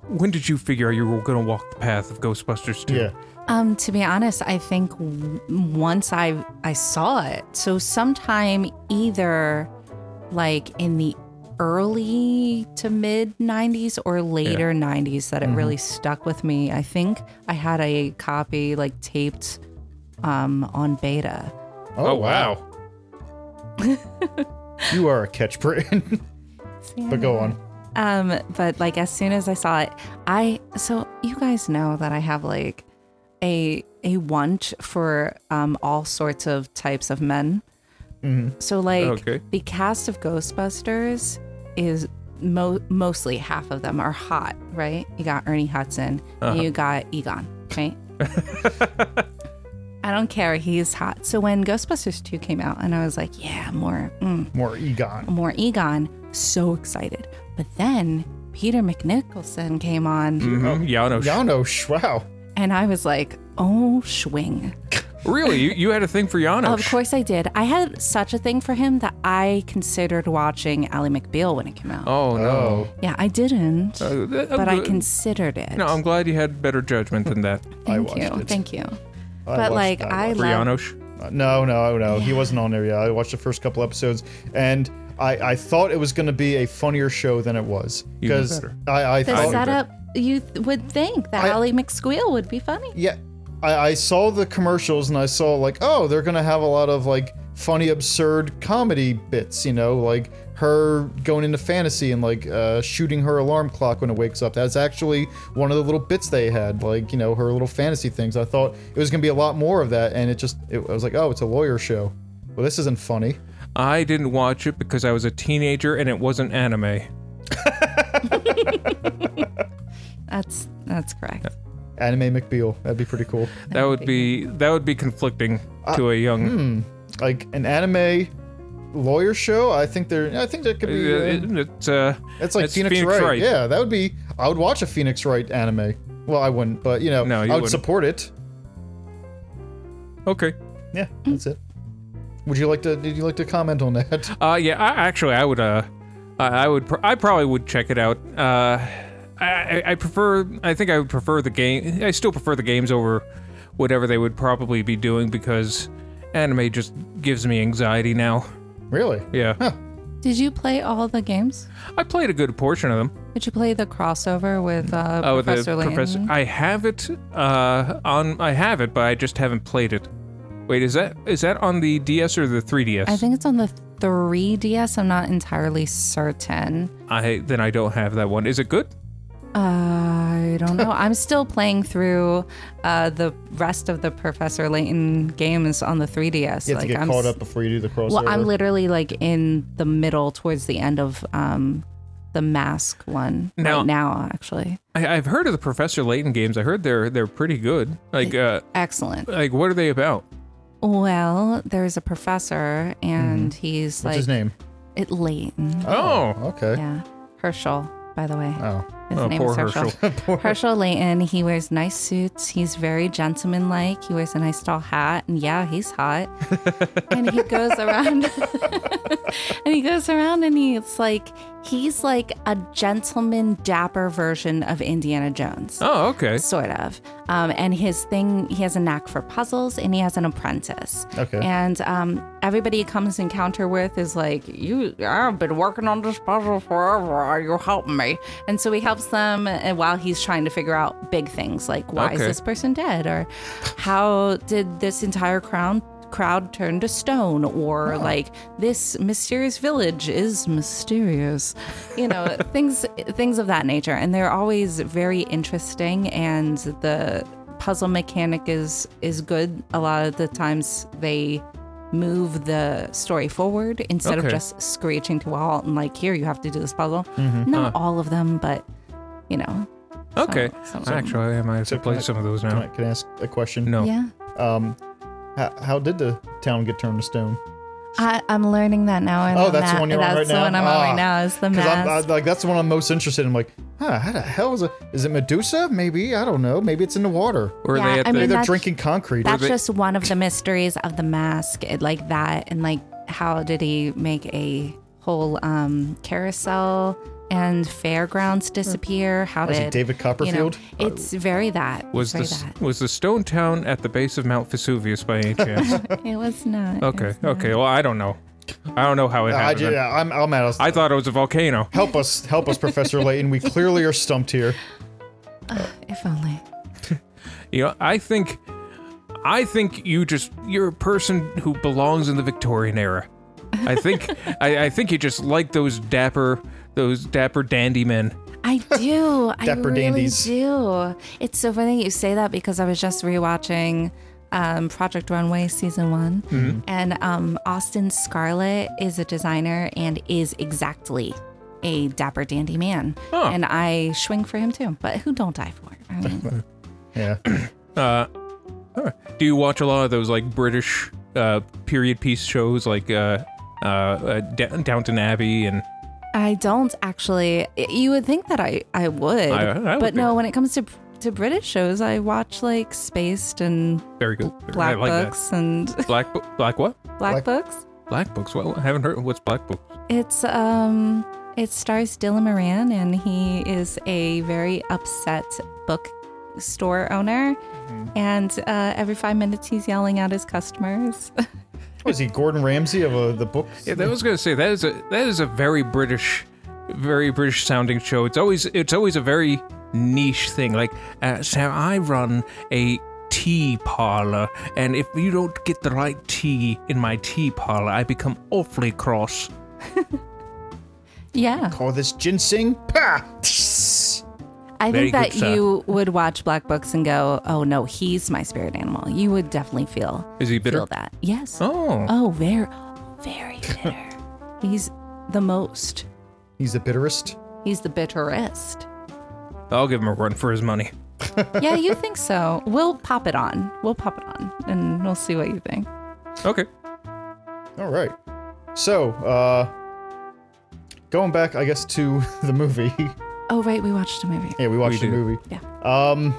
Speaker 2: When did you figure you were going to walk the path of Ghostbusters 2?
Speaker 3: Um, to be honest, I think w- once I I saw it, so sometime either like in the early to mid 90s or later 90s that it really stuck with me. I think I had a copy like taped um, on beta.
Speaker 1: Oh, You are a catch, Britain. but go on.
Speaker 3: Um, but like as soon as I saw it, I so you guys know that I have like a a want for um all sorts of types of men. So like
Speaker 2: Okay.
Speaker 3: the cast of Ghostbusters is mo- mostly half of them are hot, right? You got Ernie Hudson, and you got Egon, right? I don't care, he's hot. So when Ghostbusters 2 came out and I was like, yeah, more mm,
Speaker 1: More Egon.
Speaker 3: more Egon, so excited. But then Peter McNicholson came on,
Speaker 2: Mhm. Yano.
Speaker 1: Yano Schwau.
Speaker 3: and I was like, oh, swing.
Speaker 2: Really? You, you had a thing for Yano?
Speaker 3: Of course I did. I had such a thing for him that I considered watching Ally McBeal when it came out.
Speaker 2: Oh, no.
Speaker 1: Oh,
Speaker 3: Yeah, I didn't, but
Speaker 2: but
Speaker 3: I considered it.
Speaker 2: No, I'm glad you had better judgment than that.
Speaker 1: I
Speaker 3: Thank
Speaker 1: watched
Speaker 3: you.
Speaker 1: it.
Speaker 3: Thank you.
Speaker 1: I
Speaker 3: but
Speaker 1: watched-
Speaker 3: like, I,
Speaker 2: For
Speaker 3: love.
Speaker 2: Yanosh.
Speaker 1: Uh, No, no, no. He wasn't on there yet. I watched the first couple episodes, and I, I thought it was going to be a funnier show than it was
Speaker 2: You knew
Speaker 1: because
Speaker 2: better.
Speaker 1: I, I
Speaker 3: The
Speaker 1: thought.
Speaker 3: setup, you th- would think that
Speaker 1: I-
Speaker 3: Ally McSqueal would be funny.
Speaker 1: yeah, I, I saw the commercials and I saw like, oh, they're going to have a lot of like funny, absurd comedy bits. You know, like her going into fantasy and like uh, shooting her alarm clock when it wakes up. That's actually one of the little bits they had. Like you know, her little fantasy things. I thought it was going to be a lot more of that, and it just it, I was like, oh, it's a lawyer show. Well, this isn't funny.
Speaker 2: I didn't watch it because I was a teenager and it wasn't anime.
Speaker 3: That's that's correct.
Speaker 1: Anime McBeal. That'd be pretty cool.
Speaker 2: That would be that would be conflicting to a young.
Speaker 1: Like an anime lawyer show. I think there. I think that could
Speaker 2: Uh,
Speaker 1: be. uh,
Speaker 2: It's uh,
Speaker 1: it's like
Speaker 2: it's
Speaker 1: Phoenix,
Speaker 2: Phoenix
Speaker 1: Wright.
Speaker 2: Wright.
Speaker 1: Yeah, that would be. I would watch a Phoenix Wright anime. Well, I wouldn't, but you know,
Speaker 2: No, you
Speaker 1: I would
Speaker 2: wouldn't.
Speaker 1: support it.
Speaker 2: okay.
Speaker 1: Yeah, that's it. Would you like to? Did you like to comment on that?
Speaker 2: Uh, yeah. I, actually, I would. Uh, I, I would. Pr- I probably would check it out. Uh, I, I, I prefer. I think I would prefer the game. I still prefer the games over whatever they would probably be doing because anime just gives me anxiety now.
Speaker 1: Really?
Speaker 2: Yeah.
Speaker 3: Did you play all the games?
Speaker 2: I played a good portion of them.
Speaker 3: Did you play the crossover with uh,
Speaker 2: Oh,
Speaker 3: Professor
Speaker 2: the
Speaker 3: Layton?
Speaker 2: professor. I have it uh, on. I have it, but I just haven't played it. Wait, is that is that on the DS or the 3DS?
Speaker 3: I think it's on the 3DS. I'm not entirely certain.
Speaker 2: I then I don't have that one. Is it good?
Speaker 3: Uh, I don't know. I'm still playing through uh, the rest of the Professor Layton games on the 3DS.
Speaker 1: You have to get
Speaker 3: I'm
Speaker 1: caught
Speaker 3: s-
Speaker 1: up before you do the crossover.
Speaker 3: Well, I'm literally like in the middle, towards the end of um, the mask one
Speaker 2: Now-
Speaker 3: right now, actually.
Speaker 2: I, I've heard of the Professor Layton games. I heard they're they're pretty good. Like uh,
Speaker 3: Excellent.
Speaker 2: like what are they about?
Speaker 3: Well, there's a professor, and he's
Speaker 1: Mm-hmm.
Speaker 3: like
Speaker 1: What's his name?
Speaker 3: it Layton.
Speaker 2: Oh,
Speaker 1: Okay.
Speaker 3: Yeah, Herschel. By the way,
Speaker 1: Oh,
Speaker 3: his
Speaker 2: Oh,
Speaker 3: name
Speaker 2: poor
Speaker 3: is Herschel.
Speaker 2: Herschel.
Speaker 3: Herschel Layton, he wears nice suits. He's very gentleman like. He wears a nice tall hat. And yeah, he's hot. and he goes around and he goes around and he's like, he's like a gentleman dapper version of Indiana Jones.
Speaker 2: oh, okay.
Speaker 3: Sort of. Um, and his thing, he has a knack for puzzles and he has an apprentice.
Speaker 1: Okay.
Speaker 3: And um, everybody he comes encounter with is like, You, I've been working on this puzzle forever. Are you helping me? And so he helps them uh, while he's trying to figure out big things like, Why is
Speaker 2: Okay.
Speaker 3: this person dead? Or how did this entire crown? crowd turn to stone or like this mysterious village is mysterious you know things things of that nature and they're always very interesting and the puzzle mechanic is is good a lot of the times they move the story forward instead of
Speaker 2: Okay.
Speaker 3: just screeching to a halt and like, here, you have to do this puzzle.
Speaker 1: Mm-hmm.
Speaker 3: Not
Speaker 1: Uh-huh.
Speaker 3: all of them, but you know. some-
Speaker 2: Okay.
Speaker 3: some of them.
Speaker 2: Actually, I might have to
Speaker 1: So
Speaker 2: play
Speaker 1: can I-
Speaker 2: some of those
Speaker 1: Can I,
Speaker 2: now.
Speaker 1: can I ask a question?
Speaker 2: No.
Speaker 3: Yeah.
Speaker 1: Um, how, how did the town get turned to stone?
Speaker 3: I, I'm learning that now. and
Speaker 1: Oh,
Speaker 3: I'm
Speaker 1: that's the
Speaker 3: at-
Speaker 1: one you're on
Speaker 3: that's
Speaker 1: right
Speaker 3: the
Speaker 1: now?
Speaker 3: one I'm on
Speaker 1: Ah.
Speaker 3: right now. Is the
Speaker 1: Because I'm
Speaker 3: mask.
Speaker 1: I, like that's the one I'm most interested in. I'm like, huh, how the hell is it? Is it Medusa? Maybe I don't know. Maybe it's in the water.
Speaker 2: Were
Speaker 3: Yeah,
Speaker 2: they at
Speaker 3: I
Speaker 2: the,
Speaker 3: mean,
Speaker 1: They're
Speaker 3: that's-
Speaker 1: drinking concrete.
Speaker 3: That's
Speaker 2: they-
Speaker 3: just one of the mysteries of the mask, it, like that, and like how did he make a whole um, carousel and fairgrounds disappear? How
Speaker 1: Is
Speaker 3: did
Speaker 1: it David
Speaker 3: you know?
Speaker 1: Copperfield?
Speaker 3: It's very that.
Speaker 2: was the
Speaker 3: very
Speaker 2: s- was the stone town at the base of Mount Vesuvius by any chance?
Speaker 3: that. It was not.
Speaker 2: okay. Okay. Well, I don't know. I don't know how it
Speaker 1: I,
Speaker 2: happened.
Speaker 1: ju- yeah, I'm, I'm out of.
Speaker 2: I thought it was a volcano.
Speaker 1: help us, help us, Professor Layton. We clearly are stumped here.
Speaker 3: If only.
Speaker 2: You know, I think, I think you just you're a person who belongs in the Victorian era. I think, I, I think you just like those dapper, those dapper dandy men.
Speaker 3: I do. I
Speaker 1: Dapper
Speaker 3: really
Speaker 1: dandies.
Speaker 3: do. It's so funny you say that because I was just rewatching um, Project Runway season one,
Speaker 2: Mm-hmm.
Speaker 3: and um, Austin Scarlett is a designer and is exactly a dapper dandy man,
Speaker 2: Huh.
Speaker 3: and I swing for him too. But who don't I for? I mean,
Speaker 1: Yeah.
Speaker 2: Uh, do you watch a lot of those like British uh, period piece shows like uh, uh, uh, Da- Downton Abbey and
Speaker 3: I don't actually. I- You would think that I I would,
Speaker 2: I- I would
Speaker 3: but no.
Speaker 2: think-
Speaker 3: When it comes to to British shows, I watch like Spaced and
Speaker 2: very good I
Speaker 3: Black
Speaker 2: like that.
Speaker 3: Books and
Speaker 2: Black bo- black what?
Speaker 3: Black Books.
Speaker 2: Black books. What? I haven't heard. What's black books?
Speaker 3: It's um it stars Dylan Moran and he is a very upset book store owner
Speaker 2: Mm-hmm.
Speaker 3: and uh, every five minutes he's yelling at his customers.
Speaker 1: Was he Gordon Ramsay of uh, the book?
Speaker 2: Yeah, that was gonna say that is a that is a very British, very British sounding show. It's always it's always a very niche thing. Like, uh, so I run a tea parlor, and if you don't get the right tea in my tea parlor, I become awfully cross.
Speaker 3: yeah.
Speaker 1: Call this ginseng. Pah!
Speaker 3: I
Speaker 2: Very
Speaker 3: think
Speaker 2: good,
Speaker 3: that
Speaker 2: sir.
Speaker 3: you would watch Black Books and go, "Oh no, he's my spirit animal." You would definitely feel
Speaker 2: Is he bitter?
Speaker 3: feel that. Yes.
Speaker 2: Oh,
Speaker 3: Oh, very very bitter. he's the most.
Speaker 1: He's the bitterest.
Speaker 3: He's the bitterest.
Speaker 2: I'll give him a run for his money.
Speaker 3: yeah, you think so. We'll pop it on. We'll pop it on and we'll see what you think.
Speaker 2: Okay.
Speaker 1: All right. So, uh, going back, I guess, to the movie.
Speaker 3: Oh, right. We watched a movie.
Speaker 1: yeah, we watched
Speaker 2: We
Speaker 1: the
Speaker 2: did.
Speaker 1: movie.
Speaker 3: Yeah.
Speaker 1: Um.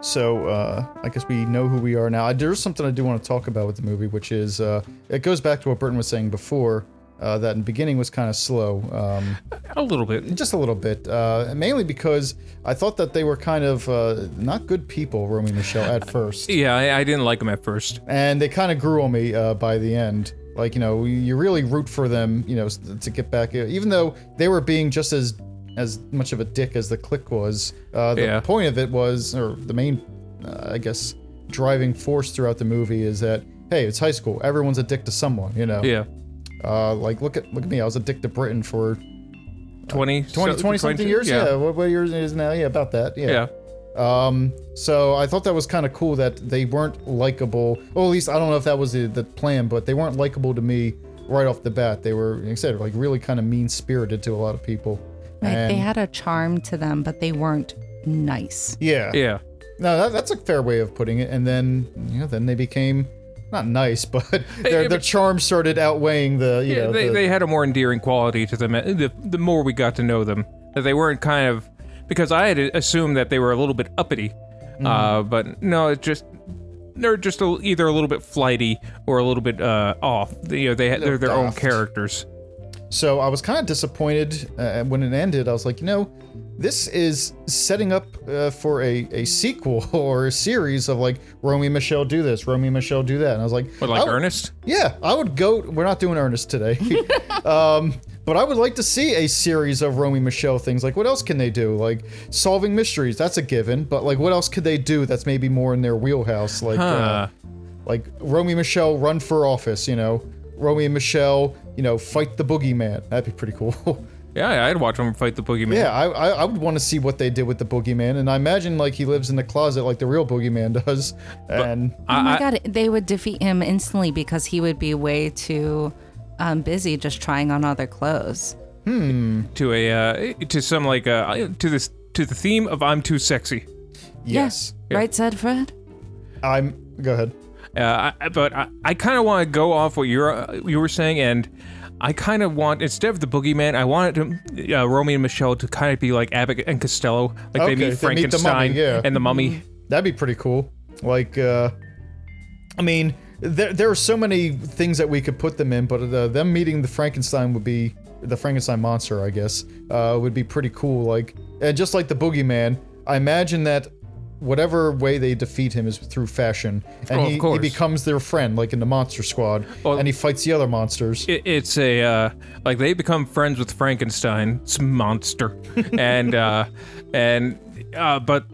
Speaker 1: So, uh, I guess we know who we are now. I- There's something I do want to talk about with the movie, which is uh, it goes back to what Burton was saying before. Uh, that in the beginning was kind of slow. Um,
Speaker 2: A little bit.
Speaker 1: just a little bit, uh, mainly because I thought that they were kind of uh, not good people, Romy and Michelle, at first.
Speaker 2: Yeah, I, I didn't like him at first.
Speaker 1: and they kind of grew on me uh, by the end. Like you know, you really root for them, you know, s- to get back. Even though they were being just as as much of a dick as the click was, uh, the
Speaker 2: Yeah.
Speaker 1: point of it was, or the main, uh, I guess, driving force throughout the movie is that hey, it's high school. Everyone's a dick to someone, you know.
Speaker 2: Yeah.
Speaker 1: Uh, like look at look at me. I was a dick to Britain for
Speaker 2: 20,
Speaker 1: 20, 20 something years. Yeah.
Speaker 2: Yeah.
Speaker 1: What, what years it is now? Yeah, about that.
Speaker 2: yeah.
Speaker 1: Um, so I thought that was kind of cool that they weren't likable. Well, at least I don't know if that was the, the plan, but they weren't likable to me right off the bat. They were, like I said, like really kind of mean spirited to a lot of people.
Speaker 3: Like
Speaker 1: And-
Speaker 3: they had a charm to them, but they weren't nice.
Speaker 1: yeah,
Speaker 2: Yeah.
Speaker 1: no, that, that's a fair way of putting it. And then you know, then they became not nice, but their their charm started outweighing the you
Speaker 2: Yeah,
Speaker 1: know
Speaker 2: they,
Speaker 1: the,
Speaker 2: they had a more endearing quality to them. The, the more we got to know them, that they weren't kind of because I had assumed that they were a little bit uppity, uh, but no, it's just they're just a, either a little bit flighty or a little bit uh, off. You know, they had they're their own
Speaker 1: daft.
Speaker 2: characters.
Speaker 1: So I was kind of disappointed uh, when it ended. I was like, you know, this is setting up uh, for a, a sequel or a series of like Romy and Michelle do this, Romy and Michelle do that. And I was like, oh,
Speaker 2: But like
Speaker 1: I would-
Speaker 2: Ernest,
Speaker 1: Yeah, I would go. We're not doing Ernest today. um, but I would like to see a series of Romy and Michelle things. Like, what else can they do? Like solving mysteries, that's a given. But like, what else could they do that's maybe more in their wheelhouse? Like.
Speaker 2: Huh.
Speaker 1: Uh, like Romy and Michelle run for office, you know. Romy and Michelle, you know, fight the boogeyman. That'd be pretty cool.
Speaker 2: Yeah, I'd watch him fight the boogeyman.
Speaker 1: Yeah, I, I, I would want to see what they did with the boogeyman, and I imagine like he lives in the closet like the real boogeyman does. And
Speaker 3: Oh my god, they would defeat him instantly because he would be way too um, busy just trying on other clothes.
Speaker 2: to a uh, to some like uh, to this to the theme of I'm too sexy.
Speaker 1: yes,
Speaker 2: Yeah.
Speaker 3: Right, said Fred?
Speaker 1: I'm. Go ahead.
Speaker 2: Uh, I, but I, I kind of want to go off what you're uh, you were saying, and I kind of want instead of the boogeyman, I wanted to, uh, Romeo and Michelle to kind of be like Abbott and Costello, like
Speaker 1: Okay, they
Speaker 2: they meet
Speaker 1: meet the
Speaker 2: Frankenstein
Speaker 1: mummy, yeah. Mm-hmm.
Speaker 2: and the Mummy.
Speaker 1: That'd be pretty cool. Like, uh, I mean, there there are so many things that we could put them in, but uh them meeting the Frankenstein would be the Frankenstein monster, I guess, uh, would be pretty cool. Like, and just like the boogeyman, I imagine that whatever way they defeat him is through fashion, and
Speaker 2: Oh, of
Speaker 1: he, he
Speaker 2: course.
Speaker 1: becomes their friend, like in the Monster Squad,
Speaker 2: Well-
Speaker 1: and he fights the other monsters.
Speaker 2: It, it's a uh, like they become friends with Frankenstein's monster, and uh, and uh, but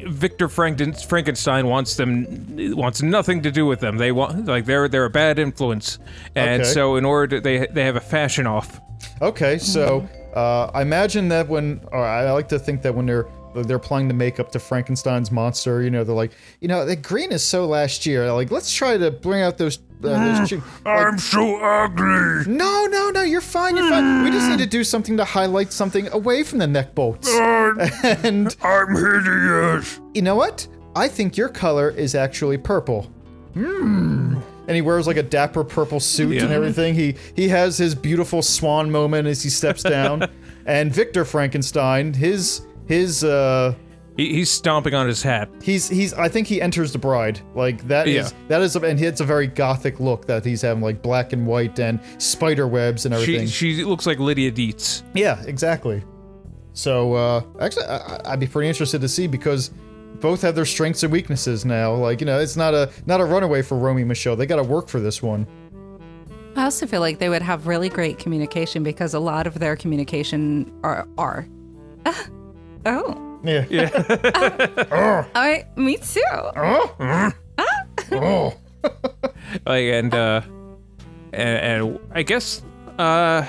Speaker 2: Victor Franken- Frankenstein wants them wants nothing to do with them. They want like they're they're a bad influence, and
Speaker 1: Okay.
Speaker 2: so in order to, they they have a fashion off. Hmm.
Speaker 1: Okay, so uh, I imagine that when, or I I like to think that when they're they're applying the makeup to Frankenstein's monster, you know, they're like, you know, the green is so last year. Like, let's try to bring out those. Uh, those cheek- like,
Speaker 2: Ah, so ugly.
Speaker 1: no, no, no, you're fine, you're fine. We just need to do something to highlight something away from the neck bolts. and
Speaker 2: Ah, I'm hideous.
Speaker 1: you know what? I think your color is actually purple. Hmm. And he wears like a dapper purple suit and
Speaker 2: Yeah.
Speaker 1: everything. He he has his beautiful swan moment as he steps down. and Victor Frankenstein, his his uh
Speaker 2: He, he's stomping on his hat.
Speaker 1: he's he's I think he enters the bride. Like that is
Speaker 2: Yeah.
Speaker 1: that is and it's a very gothic look that he's having, like black and white and spider webs and
Speaker 2: She
Speaker 1: everything.
Speaker 2: she looks like Lydia Dietz.
Speaker 1: Yeah, exactly. So uh, actually, I, I- I'd be pretty interested to see because both have their strengths and weaknesses now. Like you know, it's not a not a runaway for Romy and Michelle. They got to work for this one.
Speaker 3: I also feel like they would have really great communication because a lot of their communication are. are. Ah, oh,
Speaker 1: Yeah.
Speaker 3: I, me too.
Speaker 1: Oh.
Speaker 2: like and uh and, and i guess uh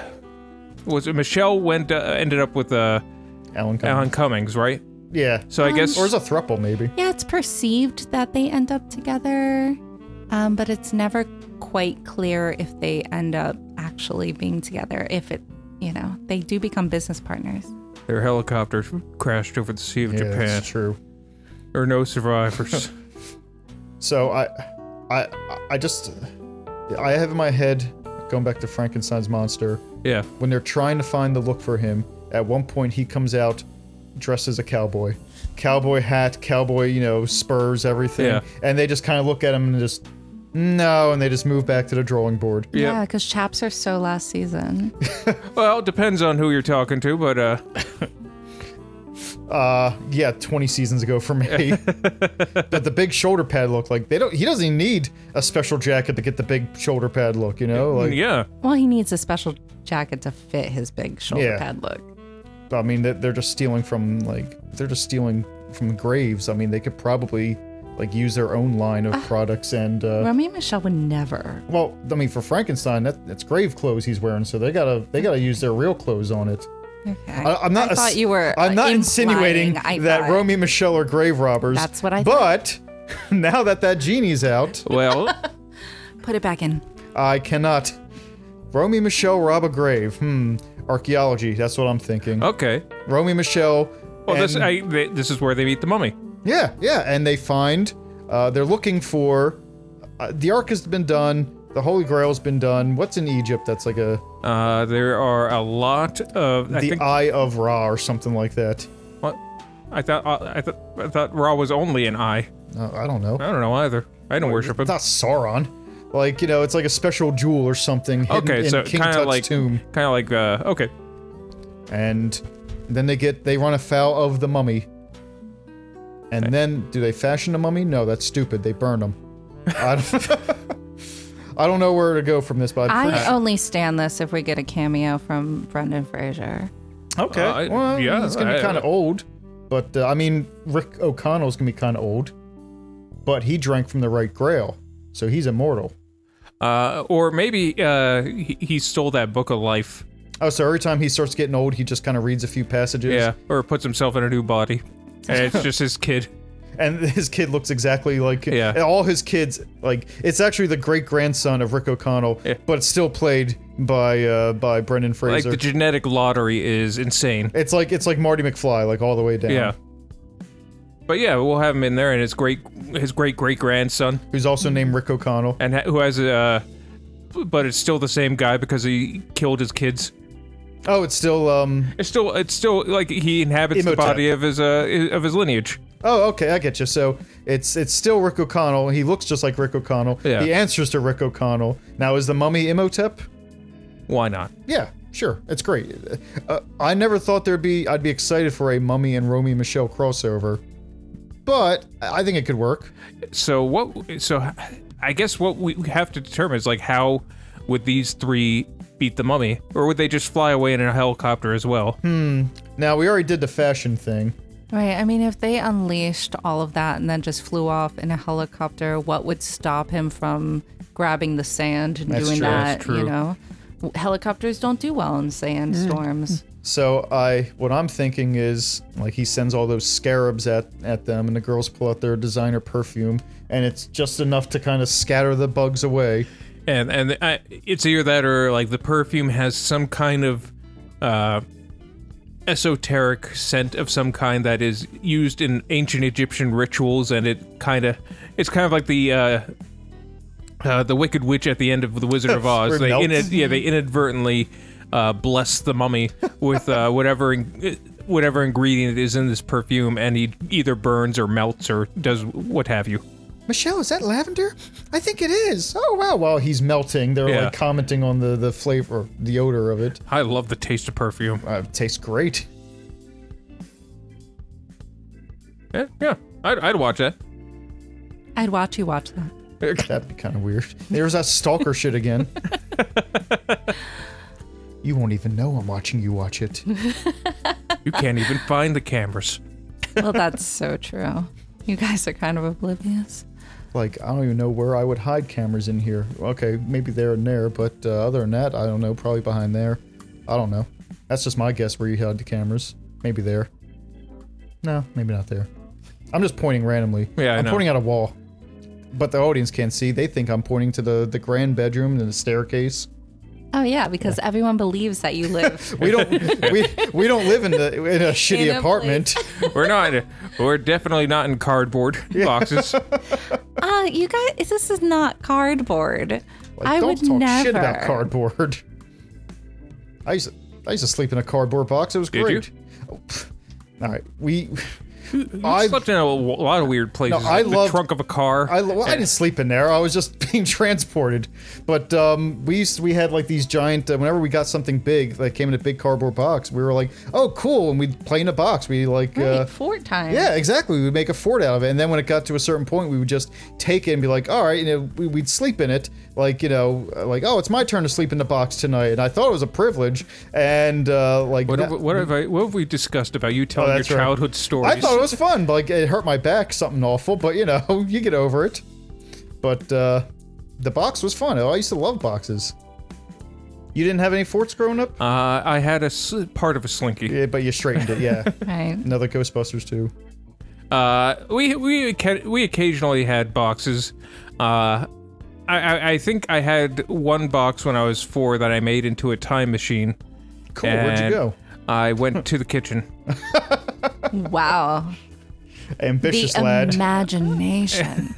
Speaker 2: was it michelle went uh, ended up with uh
Speaker 1: Alan. Cumming.
Speaker 2: alan cummings right
Speaker 1: Yeah.
Speaker 2: so i guess
Speaker 1: Um, Or is a thruple maybe?
Speaker 3: Yeah, it's perceived that they end up together, um, but it's never quite clear if they end up actually being together. If it, you know, they do become business partners.
Speaker 2: their helicopter crashed over the sea of
Speaker 1: Yeah,
Speaker 2: japan
Speaker 1: that's true.
Speaker 2: there are no survivors
Speaker 1: So I, I, I just, I have in my head, going back to Frankenstein's monster,
Speaker 2: yeah
Speaker 1: when they're trying to find the look for him, at one point he comes out dressed as a cowboy. Cowboy hat, cowboy, you know, spurs, everything.
Speaker 2: Yeah.
Speaker 1: And they just kind of look at him and just, no, and they just move back to the drawing board.
Speaker 2: Yep.
Speaker 3: Yeah, because chaps are so last season.
Speaker 2: well it depends on who you're talking to but uh
Speaker 1: Uh, yeah, 20 seasons ago for me. but the big shoulder pad look, like, they don't, he doesn't even need a special jacket to get the big shoulder pad look, you know? Like,
Speaker 2: yeah
Speaker 3: Well, he needs a special jacket to fit his big shoulder
Speaker 1: Yeah.
Speaker 3: pad look.
Speaker 1: I mean, they- they're just stealing from, like, they're just stealing from graves. I mean, they could probably, like, use their own line
Speaker 3: Ah.
Speaker 1: of products and, uh,
Speaker 3: Romy and Michelle would never.
Speaker 1: Well, I mean, for Frankenstein, that, that's grave clothes he's wearing, so they gotta they gotta use their real clothes on it.
Speaker 3: Okay.
Speaker 1: I, I'm not.
Speaker 3: I thought
Speaker 1: ass-
Speaker 3: you were.
Speaker 1: I'm not
Speaker 3: implying-
Speaker 1: insinuating
Speaker 3: I
Speaker 1: that
Speaker 3: thought-
Speaker 1: Romy and Michelle are grave robbers.
Speaker 3: That's what I
Speaker 1: But now that that genie's out,
Speaker 2: well
Speaker 3: Put it back in.
Speaker 1: I cannot. Romy and Michelle rob a grave. Hmm. Archaeology. That's what I'm thinking.
Speaker 2: okay
Speaker 1: Romy and Michelle.
Speaker 2: well Oh. this
Speaker 1: and-
Speaker 2: I, th- this is where they meet the mummy
Speaker 1: Yeah, yeah, and they find uh, they're looking for uh, the Ark has been done. The Holy Grail's been done. What's in Egypt? That's like a
Speaker 2: uh there are a lot of i
Speaker 1: the
Speaker 2: think
Speaker 1: Eye of Ra or something like that.
Speaker 2: what i thought uh, i thought i thought ra was only an eye
Speaker 1: Uh, I don't know.
Speaker 2: i don't know either i don't worship him
Speaker 1: It's not Sauron. Like you know, it's like a special jewel or something hidden
Speaker 2: okay
Speaker 1: in
Speaker 2: so
Speaker 1: King
Speaker 2: kind of
Speaker 1: Tut's
Speaker 2: like
Speaker 1: tomb.
Speaker 2: kind of like uh okay
Speaker 1: And then they get they run afoul of the mummy. And then do they fashion a mummy? No, that's stupid. They burn them. I don't, I don't know where to go from this, but I'm pretty
Speaker 3: I only stand this if we get a cameo from Brendan Fraser.
Speaker 1: okay.
Speaker 2: I-
Speaker 1: well,
Speaker 2: Uh, yeah,
Speaker 1: it's gonna be
Speaker 2: I-
Speaker 1: kind of old, but uh, I mean, Rick O'Connell's gonna be kind of old, but he drank from the right Grail, so he's immortal.
Speaker 2: Uh, or maybe uh, he, he stole that book of life.
Speaker 1: Oh, so every time he starts getting old, he just kind of reads a few passages.
Speaker 2: Yeah, or puts himself in a new body, and it's just his kid.
Speaker 1: and his kid looks exactly like
Speaker 2: Yeah.
Speaker 1: and all his kids like it's actually the great grandson of Rick O'Connell,
Speaker 2: Yeah.
Speaker 1: but it's still played by uh by Brendan
Speaker 2: Like
Speaker 1: Fraser.
Speaker 2: the genetic lottery is insane.
Speaker 1: it's like it's like Marty McFly, like all the way down.
Speaker 2: Yeah. But yeah, we'll have him in there, and his great his great great grandson,
Speaker 1: Who's also named Rick O'Connell.
Speaker 2: and ha- who has a, uh, but it's still the same guy because he killed his kids.
Speaker 1: Oh, it's still um
Speaker 2: It's still it's still like he inhabits
Speaker 1: Imhotep.
Speaker 2: the body of his uh of his lineage.
Speaker 1: Oh, okay, I get you. So it's it's still Rick O'Connell. He looks just like Rick O'Connell.
Speaker 2: Yeah.
Speaker 1: He answers to Rick O'Connell. Now is the mummy Imhotep?
Speaker 2: Why not?
Speaker 1: Yeah, sure. It's great. Uh, I never thought there'd be. I'd be excited for a Mummy and Romy Michelle crossover, but I I think it could work.
Speaker 2: So what? So I guess what we have to determine is like how would these three beat the mummy, or would they just fly away in a helicopter as well?
Speaker 1: Now we already did the fashion thing.
Speaker 3: Right. I mean, if they unleashed all of that and then just flew off in a helicopter, what would stop him from grabbing the sand and
Speaker 1: That's
Speaker 3: doing
Speaker 1: true. Mm.
Speaker 3: that?
Speaker 2: That's true.
Speaker 3: You know, W- helicopters don't do well in sandstorms.
Speaker 1: So I, what I'm thinking is like he sends all those scarabs at at them, and the girls pull out their designer perfume, and it's just enough to kind of scatter the bugs away.
Speaker 2: And and I, it's either that or like the perfume has some kind of uh, esoteric scent of some kind that is used in ancient Egyptian rituals, and it kind of it's kind of like the. Uh, uh, the Wicked Witch at the end of The Wizard of Oz.
Speaker 1: Where it
Speaker 2: They
Speaker 1: melts.
Speaker 2: inad- yeah, they inadvertently uh, bless the mummy with uh, whatever in- whatever ingredient is in this perfume, and he either burns or melts or does what have you.
Speaker 1: Michelle, is that lavender? I think it is. Oh wow! While he's melting, they're
Speaker 2: Yeah.
Speaker 1: like commenting on the the flavor, the odor of it.
Speaker 2: I love the taste of perfume.
Speaker 1: Uh, it tastes great.
Speaker 2: Eh, yeah, I'd, I'd watch that.
Speaker 3: I'd watch you watch that.
Speaker 1: That'd be kind of weird. There's that stalker shit again. You won't even know I'm watching you watch it.
Speaker 2: You can't even find the cameras.
Speaker 3: Well, that's so true. You guys are kind of oblivious.
Speaker 1: Like, I don't even know where I would hide cameras in here. Okay, maybe there and there, but uh, other than that, I don't know. Probably behind there. I don't know. That's just my guess where you hide the cameras. Maybe there. No, maybe not there. I'm just pointing randomly.
Speaker 2: Yeah, I
Speaker 1: I'm
Speaker 2: know.
Speaker 1: pointing at a wall. But the audience can't see. They think I'm pointing to the, the grand bedroom and the staircase.
Speaker 3: Oh yeah, because everyone believes that you live.
Speaker 1: We don't we, we don't live in the in a shitty
Speaker 3: In a
Speaker 1: apartment.
Speaker 2: We're not. We're definitely not in cardboard boxes.
Speaker 3: uh, you guys, this is not cardboard.
Speaker 1: Like,
Speaker 3: I
Speaker 1: don't
Speaker 3: would
Speaker 1: talk
Speaker 3: never.
Speaker 1: shit about cardboard. I used to, I used to sleep in a cardboard box. It was
Speaker 2: Did
Speaker 1: great. Oh, pff. all right, we.
Speaker 2: I
Speaker 1: I
Speaker 2: slept in a w- lot of weird places.
Speaker 1: I
Speaker 2: the
Speaker 1: loved-
Speaker 2: trunk of a car.
Speaker 1: I, well, I didn't sleep in there. I was just being transported. But um, we used we had like these giant. Uh, whenever we got something big that came in a big cardboard box, we were like, "Oh, cool!" And we'd play in a box. We like. Uh,
Speaker 3: Right, fort time.
Speaker 1: yeah, exactly. We would make a fort out of it, and then when it got to a certain point, we would just take it and be like, "All right," you know, we- we'd sleep in it, like you know, like, "Oh, it's my turn to sleep in the box tonight," and I thought it was a privilege, and uh, like,
Speaker 2: what,
Speaker 1: that-
Speaker 2: have, what have I? What have we discussed about you
Speaker 1: Oh,
Speaker 2: telling your
Speaker 1: that's right.
Speaker 2: childhood stories?
Speaker 1: I thought it was fun, but like, it hurt my back, something awful, but you know, you get over it. But uh, the box was fun. I used to love boxes. You didn't have any forts growing up,
Speaker 2: Uh, I had a s- part of a slinky.
Speaker 1: yeah, but you straightened it. Yeah,
Speaker 3: Right.
Speaker 1: another Ghostbusters too.
Speaker 2: Uh, we we ca- we occasionally had boxes. Uh, I, I I think I had one box when I was four that I made into a time machine.
Speaker 1: Cool. Where'd you
Speaker 2: and
Speaker 1: go?
Speaker 2: I went to the kitchen.
Speaker 3: Wow.
Speaker 1: Ambitious
Speaker 3: the
Speaker 1: lad.
Speaker 3: imagination.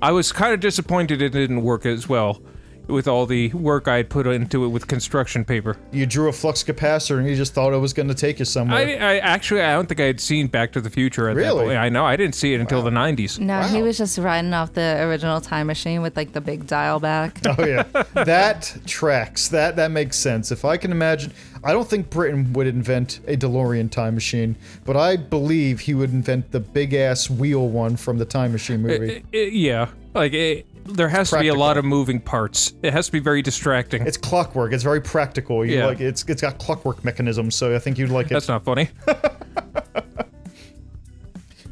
Speaker 2: I was kind of disappointed it didn't work as well with all the work I had put into it with construction paper.
Speaker 1: you drew a flux capacitor, and you just thought it was going to take you somewhere.
Speaker 2: I, I actually I don't think I had seen Back to the Future at
Speaker 1: Really?
Speaker 2: that point. I know I didn't see it until the 90s.
Speaker 3: No, he
Speaker 1: Wow.
Speaker 3: was just riding off the original time machine with like the big dial back.
Speaker 1: Oh yeah, that tracks. That that makes sense. If I can imagine, I don't think Britain would invent a DeLorean time machine, but I believe he would invent the big ass wheel one from the Time Machine movie.
Speaker 2: I- I- yeah, like it, there has to be a lot of moving parts. It has to be very distracting.
Speaker 1: It's clockwork. It's very practical. You
Speaker 2: Yeah.
Speaker 1: like it's it's got clockwork mechanisms, so I think you'd like it.
Speaker 2: That's not funny.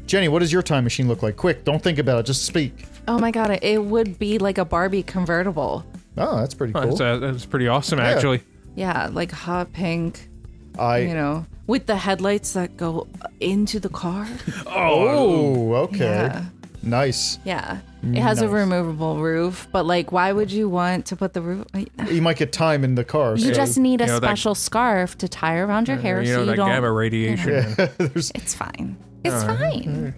Speaker 1: Jenny, what does your time machine look like? Quick, don't think about it. Just speak.
Speaker 3: Oh my god, it- it would be like a Barbie convertible.
Speaker 1: Oh, that's pretty cool.
Speaker 2: That's, uh, that's pretty awesome actually.
Speaker 3: yeah, like hot pink,
Speaker 1: I.
Speaker 3: you know, with the headlights that go into the car.
Speaker 1: oh, okay.
Speaker 3: Yeah.
Speaker 1: Nice.
Speaker 3: Yeah. It has a
Speaker 1: Nice.
Speaker 3: removable roof, but like, why would you want to put the roof?
Speaker 1: You might get time in the car.
Speaker 3: You
Speaker 1: so-
Speaker 3: just need a
Speaker 2: You know, that-
Speaker 3: special scarf to tie around
Speaker 1: Uh-huh.
Speaker 3: your hair
Speaker 2: you
Speaker 3: so
Speaker 2: know
Speaker 3: you
Speaker 2: that
Speaker 3: don't.
Speaker 2: gamma radiation.
Speaker 1: There's-
Speaker 3: It's fine. It's
Speaker 1: Uh-huh. Mm,
Speaker 3: fine.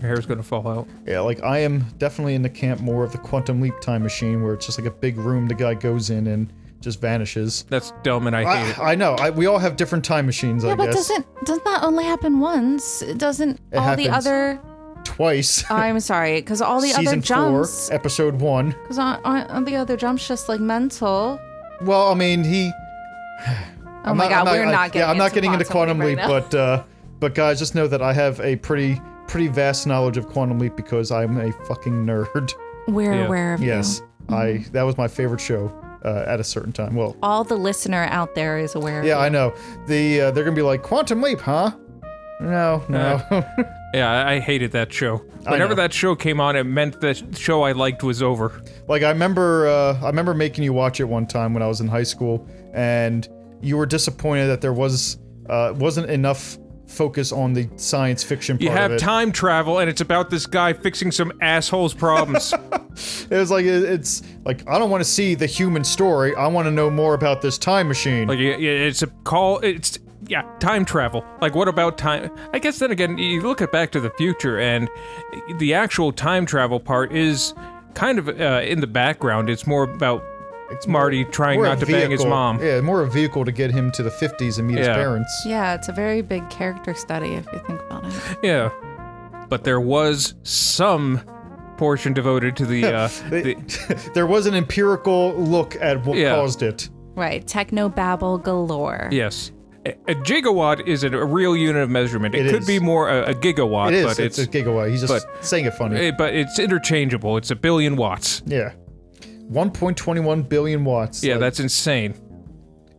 Speaker 2: Your hair's gonna fall out.
Speaker 1: yeah, like I am definitely in the camp more of the quantum leap time machine where it's just like a big room the guy goes in and just vanishes.
Speaker 2: That's dumb, and I hate it.
Speaker 1: I, I know. I, we all have different time machines, I
Speaker 3: Yeah, but
Speaker 1: guess.
Speaker 3: doesn't does that only happen once? It doesn't
Speaker 1: It
Speaker 3: all the
Speaker 1: happens.
Speaker 3: other?
Speaker 1: Twice.
Speaker 3: I'm sorry, because all the other
Speaker 1: Season
Speaker 3: jumps,
Speaker 1: four, episode one.
Speaker 3: because on, on, on the other jumps, just like mental.
Speaker 1: Well, I mean, he.
Speaker 3: Oh my god, we're
Speaker 1: I-
Speaker 3: not getting.
Speaker 1: Yeah, I'm not getting into quantum
Speaker 3: right
Speaker 1: leap,
Speaker 3: now.
Speaker 1: but uh, but guys, just know that I have a pretty pretty vast knowledge of quantum leap because I'm a fucking nerd.
Speaker 3: we're
Speaker 2: Yeah.
Speaker 3: aware of you.
Speaker 1: Yes, I that was my favorite show uh, at a certain time. Well,
Speaker 3: All the listener out there is aware.
Speaker 1: yeah,
Speaker 3: of
Speaker 1: I know. The uh, they're gonna be like quantum leap, huh? No, no.
Speaker 2: Yeah, I- I hated that show. Whenever
Speaker 1: know.
Speaker 2: that show came on, it meant the sh- show I liked was over.
Speaker 1: Like I remember, uh, I remember making you watch it one time when I was in high school, and you were disappointed that there was uh, wasn't enough focus on the science fiction part
Speaker 2: You
Speaker 1: of
Speaker 2: have
Speaker 1: it.
Speaker 2: time travel, and it's about this guy fixing some asshole's problems.
Speaker 1: It was like it, it's like I don't want to see the human story. I want to know more about this time machine.
Speaker 2: like, yeah, yeah, it's a call. It's yeah, time travel. Like, what about time? I guess then again, you look at Back to the Future, and the actual time travel part is kind of uh, in the background. It's more about Marty trying
Speaker 1: More a
Speaker 2: not to bang his
Speaker 1: vehicle-
Speaker 2: mom.
Speaker 1: Yeah, more a vehicle to get him to the 50s and meet his
Speaker 2: Yeah.
Speaker 1: parents.
Speaker 3: Yeah, it's a very big character study if you think about it.
Speaker 2: Yeah, but there was some portion devoted to the. Uh, the
Speaker 1: there was an empirical look at what
Speaker 2: Yeah.
Speaker 1: caused it.
Speaker 3: Right, techno babble galore.
Speaker 2: yes, a, a gigawatt is a, a real unit of measurement. It,
Speaker 1: It
Speaker 2: could
Speaker 1: is.
Speaker 2: be more a, a gigawatt,
Speaker 1: It is.
Speaker 2: but
Speaker 1: it's,
Speaker 2: it's,
Speaker 1: a gigawatt. He's just saying it funny.
Speaker 2: it- Eh, but it's interchangeable. It's a billion watts.
Speaker 1: yeah. 1.21 billion watts.
Speaker 2: Yeah,
Speaker 1: Like,
Speaker 2: that's insane.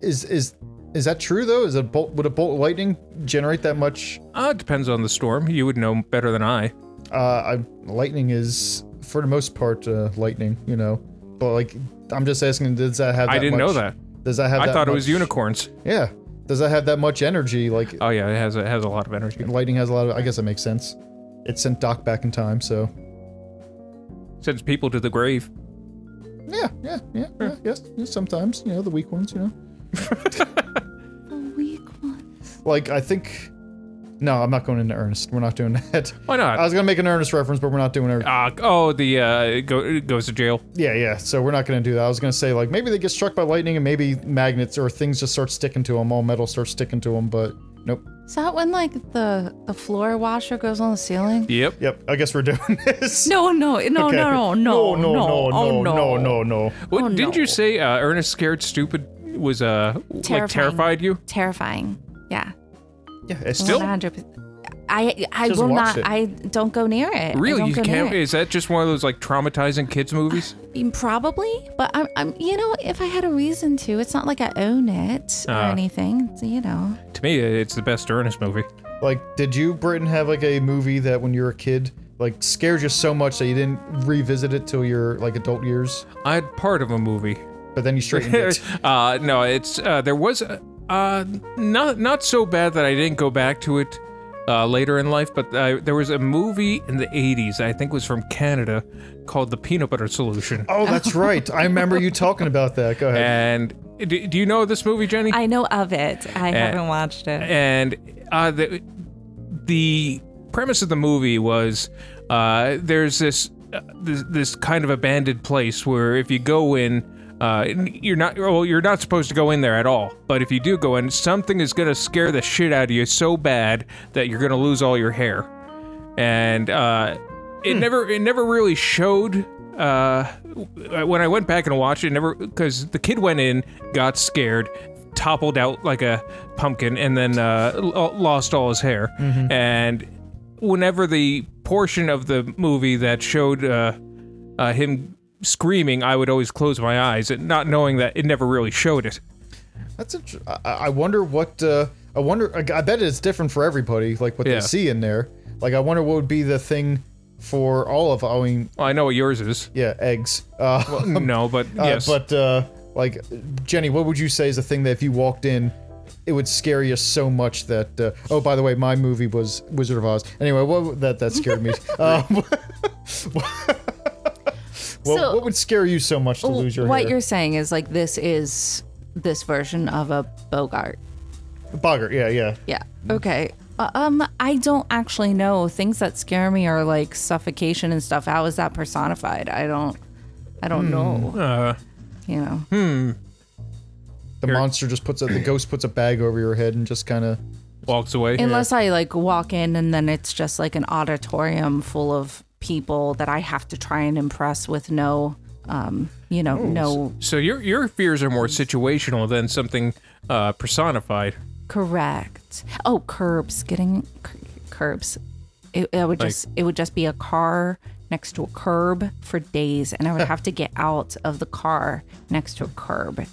Speaker 1: is is is that true though? Is a bolt would a bolt of lightning generate that much?
Speaker 2: Uh, it depends on the storm. You would know better than I.
Speaker 1: Uh, I, lightning is for the most part uh, lightning, you know. But like, I'm just asking, does that have?
Speaker 2: I
Speaker 1: that
Speaker 2: didn't know
Speaker 1: much-
Speaker 2: that.
Speaker 1: Does that have?
Speaker 2: I
Speaker 1: that
Speaker 2: thought it was
Speaker 1: much-
Speaker 2: unicorns.
Speaker 1: Yeah. Does that have that much energy? Like,
Speaker 2: Oh yeah, it has a, it has a lot of energy.
Speaker 1: lightning has a lot of. I guess that makes sense. It sent Doc back in time, so
Speaker 2: Sends people to the grave.
Speaker 1: yeah, yeah, yeah, yeah. Yes, yes, sometimes you know the weak ones, you know.
Speaker 3: The weak one.
Speaker 1: Like I think, no, I'm not going into earnest. We're not doing that.
Speaker 2: Why not?
Speaker 1: I was gonna make an earnest reference, but we're not doing it.
Speaker 2: uh, oh, the uh, it go, it goes to jail.
Speaker 1: Yeah, yeah. So we're not gonna do that. I was gonna say like maybe they get struck by lightning and maybe magnets or things just start sticking to them. All metal starts sticking to them, but nope.
Speaker 3: Is that when like the the floor washer goes on the ceiling?
Speaker 2: Yep.
Speaker 1: Yep. I guess we're doing this.
Speaker 3: No, no, no,
Speaker 1: Okay.
Speaker 3: no,
Speaker 1: no,
Speaker 3: no, no,
Speaker 1: no, no,
Speaker 3: oh, no,
Speaker 1: no, no.
Speaker 2: What,
Speaker 3: Oh,
Speaker 2: didn't
Speaker 3: no.
Speaker 2: you say uh, Ernest Scared Stupid was uh like
Speaker 3: Terrifying.
Speaker 2: terrified you?
Speaker 3: Terrifying. Yeah.
Speaker 1: Yeah, it's
Speaker 2: Still?
Speaker 3: 100%. I I
Speaker 1: Just
Speaker 3: will
Speaker 1: watch
Speaker 3: not.
Speaker 1: it.
Speaker 3: I don't go near it. I
Speaker 2: Really,
Speaker 3: don't
Speaker 2: you
Speaker 3: go
Speaker 2: can't.
Speaker 3: Near it.
Speaker 2: Is that just one of those like traumatizing kids movies?
Speaker 3: Mm, Probably, but I'm, I'm. You know, if I had a reason to, it's not like I own it or
Speaker 1: Uh.
Speaker 2: Ah.
Speaker 3: anything. It's, you know.
Speaker 2: to me, it's the best Ernest movie.
Speaker 1: Like, did you, Britain, have like a movie that when you were a kid, like scared you so much that you didn't revisit it till your like adult years,
Speaker 2: I had part of a movie.
Speaker 1: but then you straightened it?
Speaker 2: uh, no, it's uh, there was uh, not not so bad that I didn't go back to it uh, later in life, but uh, there was a movie in the '80s I think was from Canada called The Peanut Butter Solution.
Speaker 1: Oh, that's right. I remember you talking about that. Go ahead.
Speaker 2: And do, do you know this movie, Jenny?
Speaker 3: I know of it. I
Speaker 1: Eh.
Speaker 3: haven't watched it.
Speaker 2: and uh, the the premise of the movie was uh, there's this, uh, this this kind of abandoned place where if you go in. Uh, you're not well. You're not supposed to go in there at all. But if you do go in, something is gonna scare the shit out of you so bad that you're gonna lose all your hair. And uh, it never, it never really showed. Uh, w- when I went back and watched it, it never because the kid went in, got scared, toppled out like a pumpkin and then uh, l- lost all his hair. And whenever the portion of the movie that showed uh, uh, him screaming, I would always close my eyes, and not knowing that it never really showed it.
Speaker 1: That's int- I, I wonder what. Uh, I wonder. I I bet it's different for everybody. Like what
Speaker 2: Yeah.
Speaker 1: they see in there. Like I wonder what would be the thing for all of. I mean,
Speaker 2: Well, I know what yours is.
Speaker 1: yeah, eggs. Uh,
Speaker 2: No, but
Speaker 1: uh,
Speaker 2: yes.
Speaker 1: But uh, Like, Jenny, what would you say is the thing that if you walked in, it would scare you so much that? Uh, oh, by the way, my movie was Wizard of Oz. Anyway, what that that scared me. um, well,
Speaker 3: So- Oh,
Speaker 1: what would scare you so much to lose your
Speaker 3: what
Speaker 1: hair?
Speaker 3: you're saying is like this is this version of a Bogart.
Speaker 1: Bogger, yeah, yeah.
Speaker 3: Yeah.
Speaker 1: Mm.
Speaker 3: Okay. Uh, Um, I don't actually know. Things that scare me are like suffocation and stuff. How is that personified? I don't. I
Speaker 1: Hmm.
Speaker 3: don't know.
Speaker 2: Uh,
Speaker 3: You know.
Speaker 1: The monster just puts a the ghost puts a bag over your head and just kind of
Speaker 2: walks away.
Speaker 3: Unless I like walk in and then it's just like an auditorium full of people that I have to try and impress with no, um, you know, no
Speaker 2: so your your fears are more situational than something uh, personified.
Speaker 3: correct. Oh, curbs, getting c- curbs. It, it would
Speaker 2: Like-
Speaker 3: just it would just be a car next to a curb for days, and I would have to get out of the car next to a curb.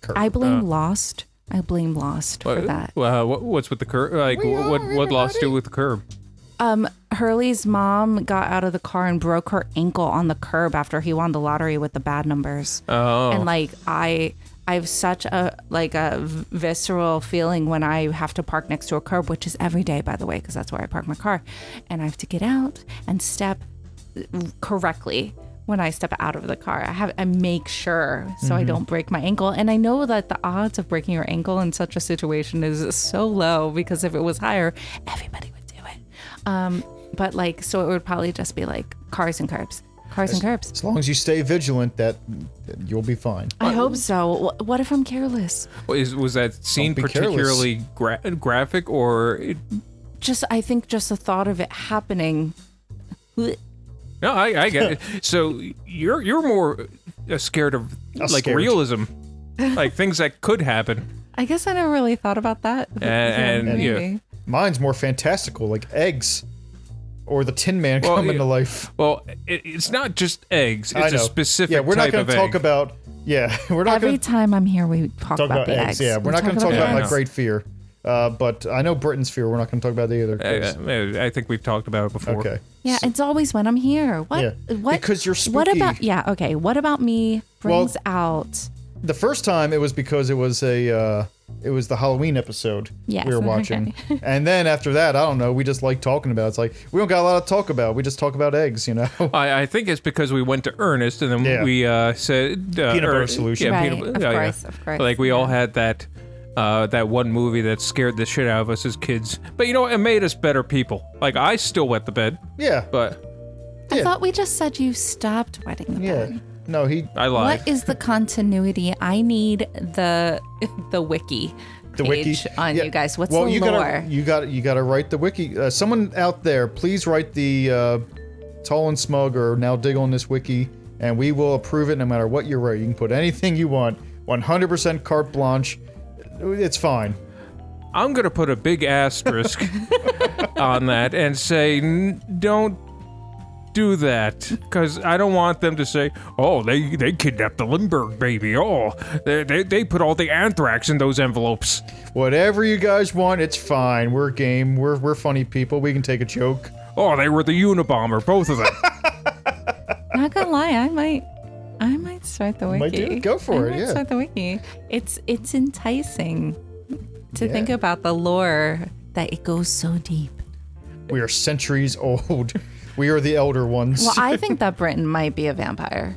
Speaker 1: Curb,
Speaker 3: I blame Lost. I blame Lost for that.
Speaker 2: Uh, what, what's with the curb? Like,
Speaker 1: We
Speaker 2: what
Speaker 1: are,
Speaker 2: what lost do with the curb?
Speaker 3: Um, Hurley's mom got out of the car and broke her ankle on the curb after he won the lottery with the bad numbers.
Speaker 2: Oh.
Speaker 3: And like I, I have such a like a visceral feeling when I have to park next to a curb, which is every day, by the way, because that's where I park my car, and I have to get out and step correctly when I step out of the car. I have I make sure so I don't break my ankle. And I know that the odds of breaking your ankle in such a situation is so low because if it was higher, everybody would do it. Um, but like so it would probably just be like cars and curbs. Cars and curbs.
Speaker 1: as long as you stay vigilant, that that you'll be fine.
Speaker 3: I hope so. Wh- What if I'm careless?
Speaker 2: Is, was that scene
Speaker 1: Don't be careless.
Speaker 2: particularly gra- graphic or
Speaker 3: Just I think just the thought of it happening. Blech.
Speaker 2: no? I, I get it. So you're you're more uh, scared of like
Speaker 1: scared.
Speaker 2: realism, like things that could happen.
Speaker 3: I guess I never really thought about that.
Speaker 2: A- and, yeah.
Speaker 3: Maybe.
Speaker 1: Mine's more fantastical, like eggs, or the Tin Man
Speaker 2: Well,
Speaker 1: coming
Speaker 2: yeah.
Speaker 1: to life.
Speaker 2: Well, it, it's not just eggs.
Speaker 1: I
Speaker 2: It's a
Speaker 1: know.
Speaker 2: specific.
Speaker 1: Yeah, we're not
Speaker 2: type
Speaker 1: gonna
Speaker 2: of
Speaker 1: talk
Speaker 2: egg.
Speaker 1: about. Yeah, we're not
Speaker 3: Every
Speaker 1: going to
Speaker 3: time I'm here, we talk,
Speaker 1: talk
Speaker 3: about,
Speaker 1: about
Speaker 3: the
Speaker 1: eggs.
Speaker 3: eggs.
Speaker 1: Yeah, we're
Speaker 3: We
Speaker 1: not going to talk
Speaker 2: about
Speaker 1: about my
Speaker 2: eggs.
Speaker 1: great fear. Uh, but I know Britain's fear. We're not going to talk about it either. 'cause-
Speaker 2: Uh, I think we've talked about it before.
Speaker 1: okay.
Speaker 3: Yeah, it's always when I'm here. What?
Speaker 1: Yeah.
Speaker 3: What?
Speaker 1: Because you're
Speaker 3: What
Speaker 1: spooky.
Speaker 3: about? Yeah. Okay. What about me
Speaker 1: Well-
Speaker 3: brings out?
Speaker 1: The first time it was because it was a uh, it was the Halloween episode
Speaker 3: Yes,
Speaker 1: we were
Speaker 3: okay.
Speaker 1: watching, and then after that, I don't know. We just like talking about. It. It's like we don't got a lot to talk about. We just talk about eggs, you know.
Speaker 2: I, I think it's because we went to Ernest and then
Speaker 1: Yeah.
Speaker 2: we uh, said uh,
Speaker 1: Peanut butter
Speaker 2: Ernest-
Speaker 1: solution.
Speaker 2: Yeah,
Speaker 3: Right,
Speaker 2: peanut,
Speaker 3: of
Speaker 2: yeah, yeah.
Speaker 3: course, of course,
Speaker 2: Like we all
Speaker 3: yeah.
Speaker 2: had that uh, that one movie that scared the shit out of us as kids. But you know, what? it made us better people. Like I still wet the bed,
Speaker 1: yeah,
Speaker 2: but
Speaker 3: I
Speaker 1: Yeah.
Speaker 3: thought we just said you stopped wetting the
Speaker 1: yeah.
Speaker 3: bed.
Speaker 1: No, he
Speaker 2: I lied.
Speaker 3: What is the continuity? I need the the wiki.
Speaker 1: the wiki
Speaker 3: page on
Speaker 1: Yeah.
Speaker 3: you guys. What's
Speaker 1: well,
Speaker 3: the
Speaker 1: you
Speaker 3: lore?
Speaker 1: Gotta, you got you got to write the wiki. Uh, someone out there, please write the uh, tall and smug or now dig on this wiki, and we will approve it no matter what you write. You can put anything you want, 100% carte blanche. It's fine.
Speaker 2: I'm gonna put a big asterisk on that and say "N- don't do that because I don't want them to say, "Oh, they they kidnapped the Lindbergh baby." Oh, they they, they put all the anthrax in those envelopes.
Speaker 1: Whatever you guys want, it's fine. We're game. We're we're funny people. We can take a joke.
Speaker 2: Oh, they were the Unabomber, both of them. Uh,
Speaker 3: Not gonna lie, I might, I might start the wiki.
Speaker 1: Might do it. Go for
Speaker 3: I
Speaker 1: it,
Speaker 3: might
Speaker 1: yeah.
Speaker 3: start the wiki. It's it's enticing to
Speaker 1: Yeah.
Speaker 3: think about the lore that it goes so deep.
Speaker 1: We are centuries old. We are the elder ones.
Speaker 3: Well, I think that Britain might be a vampire.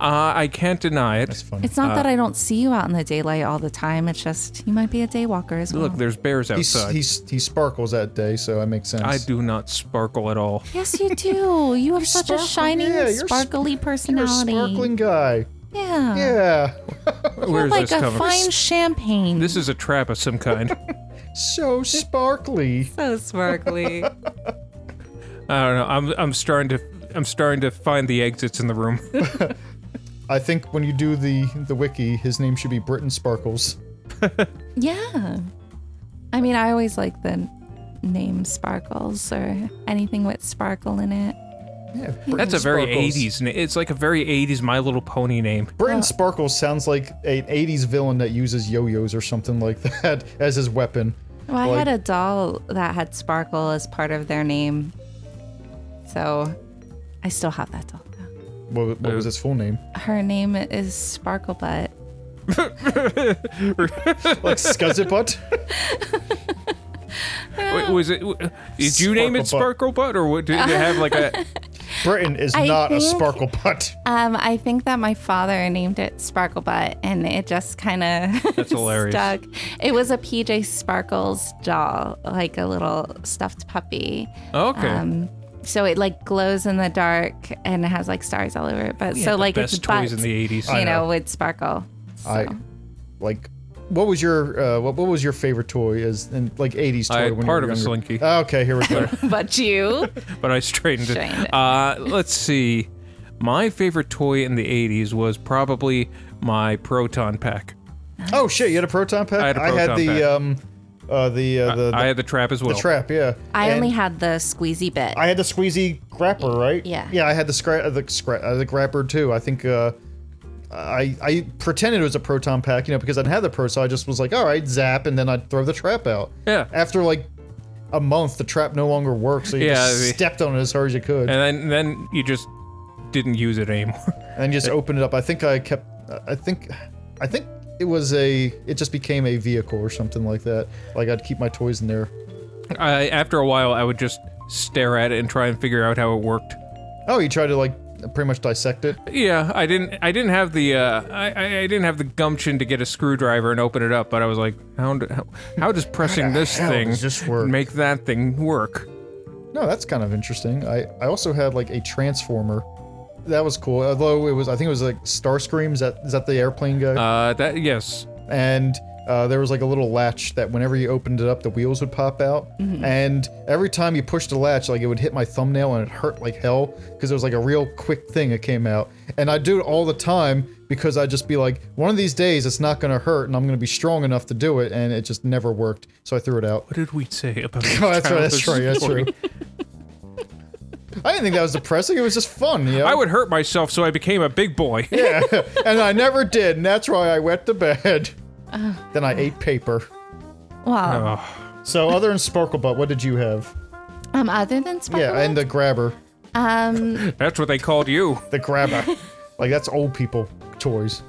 Speaker 2: uh, I can't deny it.
Speaker 1: That's funny.
Speaker 3: It's not that I don't see you out in the daylight all the time. It's just you might be a daywalker as well.
Speaker 2: Look, there's bears
Speaker 1: He's,
Speaker 2: outside.
Speaker 1: he's, he sparkles that day, so that makes sense.
Speaker 2: I do not sparkle at all.
Speaker 3: yes, you do. You have such
Speaker 1: Sparkle-
Speaker 3: a shining,
Speaker 1: yeah, you're sp-
Speaker 3: sparkly
Speaker 1: You're a
Speaker 3: personality.
Speaker 1: sparkling guy.
Speaker 3: Yeah.
Speaker 1: Yeah.
Speaker 2: Where's
Speaker 3: Like
Speaker 2: this
Speaker 3: a
Speaker 2: coming?
Speaker 3: fine champagne.
Speaker 2: This is a trap of some kind.
Speaker 1: So sparkly.
Speaker 3: so sparkly.
Speaker 2: I don't know. I'm I'm starting to I'm starting to find the exits in the room.
Speaker 1: I think when you do the the wiki, his name should be Britain Sparkles.
Speaker 3: Yeah. I mean, I always like the name Sparkles or anything with sparkle in it.
Speaker 1: Yeah,
Speaker 2: That's a very 80s name. It's like a very 80s My Little Pony name.
Speaker 1: Britain Sparkles sounds like an 80s villain that uses yo-yos or something like that as his weapon.
Speaker 3: Well, I had a doll that had sparkle as part of their name. So I still have that doll. though.
Speaker 1: What, what was his full name?
Speaker 3: Her name is Sparkle Butt.
Speaker 1: like scuzzibut.
Speaker 2: Wait, was it? w- Did you name it
Speaker 1: Sparkle
Speaker 2: Sparkle Butt, or what, did it have like a?
Speaker 1: Britain is
Speaker 3: I
Speaker 1: not a
Speaker 3: think-
Speaker 1: sparkle butt.
Speaker 3: Um, I think that my father named it Sparkle Butt, and it just kind of
Speaker 2: That's hilarious.
Speaker 3: stuck. It was a PJ Sparkles doll, like a little stuffed puppy.
Speaker 2: Okay.
Speaker 3: Um, so it like glows in the dark and it has like stars all over it. But
Speaker 2: We
Speaker 3: so
Speaker 2: had the
Speaker 3: like
Speaker 2: best
Speaker 3: its
Speaker 2: toys
Speaker 3: butt,
Speaker 2: in the 80s.
Speaker 1: I
Speaker 3: You know,
Speaker 1: know.
Speaker 3: would sparkle.
Speaker 1: I
Speaker 3: So-
Speaker 1: like. What was your uh, what, what was your favorite toy as in like 80s toy
Speaker 2: I had
Speaker 1: when
Speaker 2: part
Speaker 1: you were
Speaker 2: of a
Speaker 1: younger? Ah,
Speaker 2: slinky,
Speaker 1: Okay, here we go.
Speaker 3: but you,
Speaker 2: but I straightened it.
Speaker 3: Straightened it.
Speaker 2: Uh, let's see. My favorite toy in the 80s was probably my proton pack.
Speaker 1: oh shit, you had a proton pack.
Speaker 2: I had a proton
Speaker 1: the
Speaker 2: pack.
Speaker 1: um, uh, the uh, the, the,
Speaker 2: I had the trap as well.
Speaker 1: the trap. Yeah,
Speaker 3: I
Speaker 1: And
Speaker 3: only had the squeezy bit.
Speaker 1: I had the squeezy grapper, right?
Speaker 3: Yeah.
Speaker 1: Yeah, I had the scra- uh, the scra- uh, the grapper too. I think uh, I I pretended it was a proton pack, you know, because I didn't have the pro, so I just was like, all right, zap, and then I'd throw the trap out.
Speaker 2: Yeah.
Speaker 1: After like a month, the trap no longer worked, so you
Speaker 2: Yeah,
Speaker 1: just
Speaker 2: I mean-
Speaker 1: stepped on it as hard as you could, and,
Speaker 2: And then, then you just didn't use it anymore.
Speaker 1: then just opened it up. I think I kept. I think, I think it was a. It just became a vehicle or something like that. Like I'd keep my toys in there.
Speaker 2: I, after a while, I would just stare at it and try and figure out how it worked.
Speaker 1: Oh, you tried to like pretty much dissect it.
Speaker 2: Yeah, I didn't. I didn't have the. Uh, I, I I didn't have the gumption to get a screwdriver and open it up. But I was like, how do, how, how does pressing this
Speaker 1: hell
Speaker 2: thing
Speaker 1: does this work?
Speaker 2: make that thing work?
Speaker 1: No, that's kind of interesting. I, I also had like a transformer. That was cool. Although it was, I think it was like Starscream. Is that is that the airplane guy?
Speaker 2: Uh, that yes.
Speaker 1: and uh, there was like a little latch that whenever you opened it up, the wheels would pop out.
Speaker 2: Mm-hmm.
Speaker 1: And every time you pushed the latch, like it would hit my thumbnail and it hurt like hell because it was like a real quick thing that came out. And I do it all the time because I'd just be like, one of these days it's not going to hurt and I'm going to be strong enough to do it. And it just never worked. So I threw it out.
Speaker 2: What did we say about?
Speaker 1: Oh, that's right. That's
Speaker 2: childhood
Speaker 1: true. That's
Speaker 2: story?
Speaker 1: true. I didn't think that was depressing. It was just fun, you know.
Speaker 2: I would hurt myself, so I became a big boy. Yeah.
Speaker 1: and I never did, and that's why I went to bed.
Speaker 2: Uh.
Speaker 1: then I ate paper.
Speaker 3: well,
Speaker 1: So other than Sparkle Butt, what did you have?
Speaker 3: um, other than sparkle,
Speaker 1: Yeah, and the grabber,
Speaker 3: um,
Speaker 2: that's what they called you.
Speaker 1: the grabber, like that's old people toys.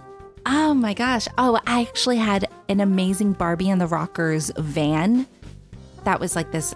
Speaker 3: oh my gosh, oh, I actually had an amazing Barbie and the Rockers van. That was like this,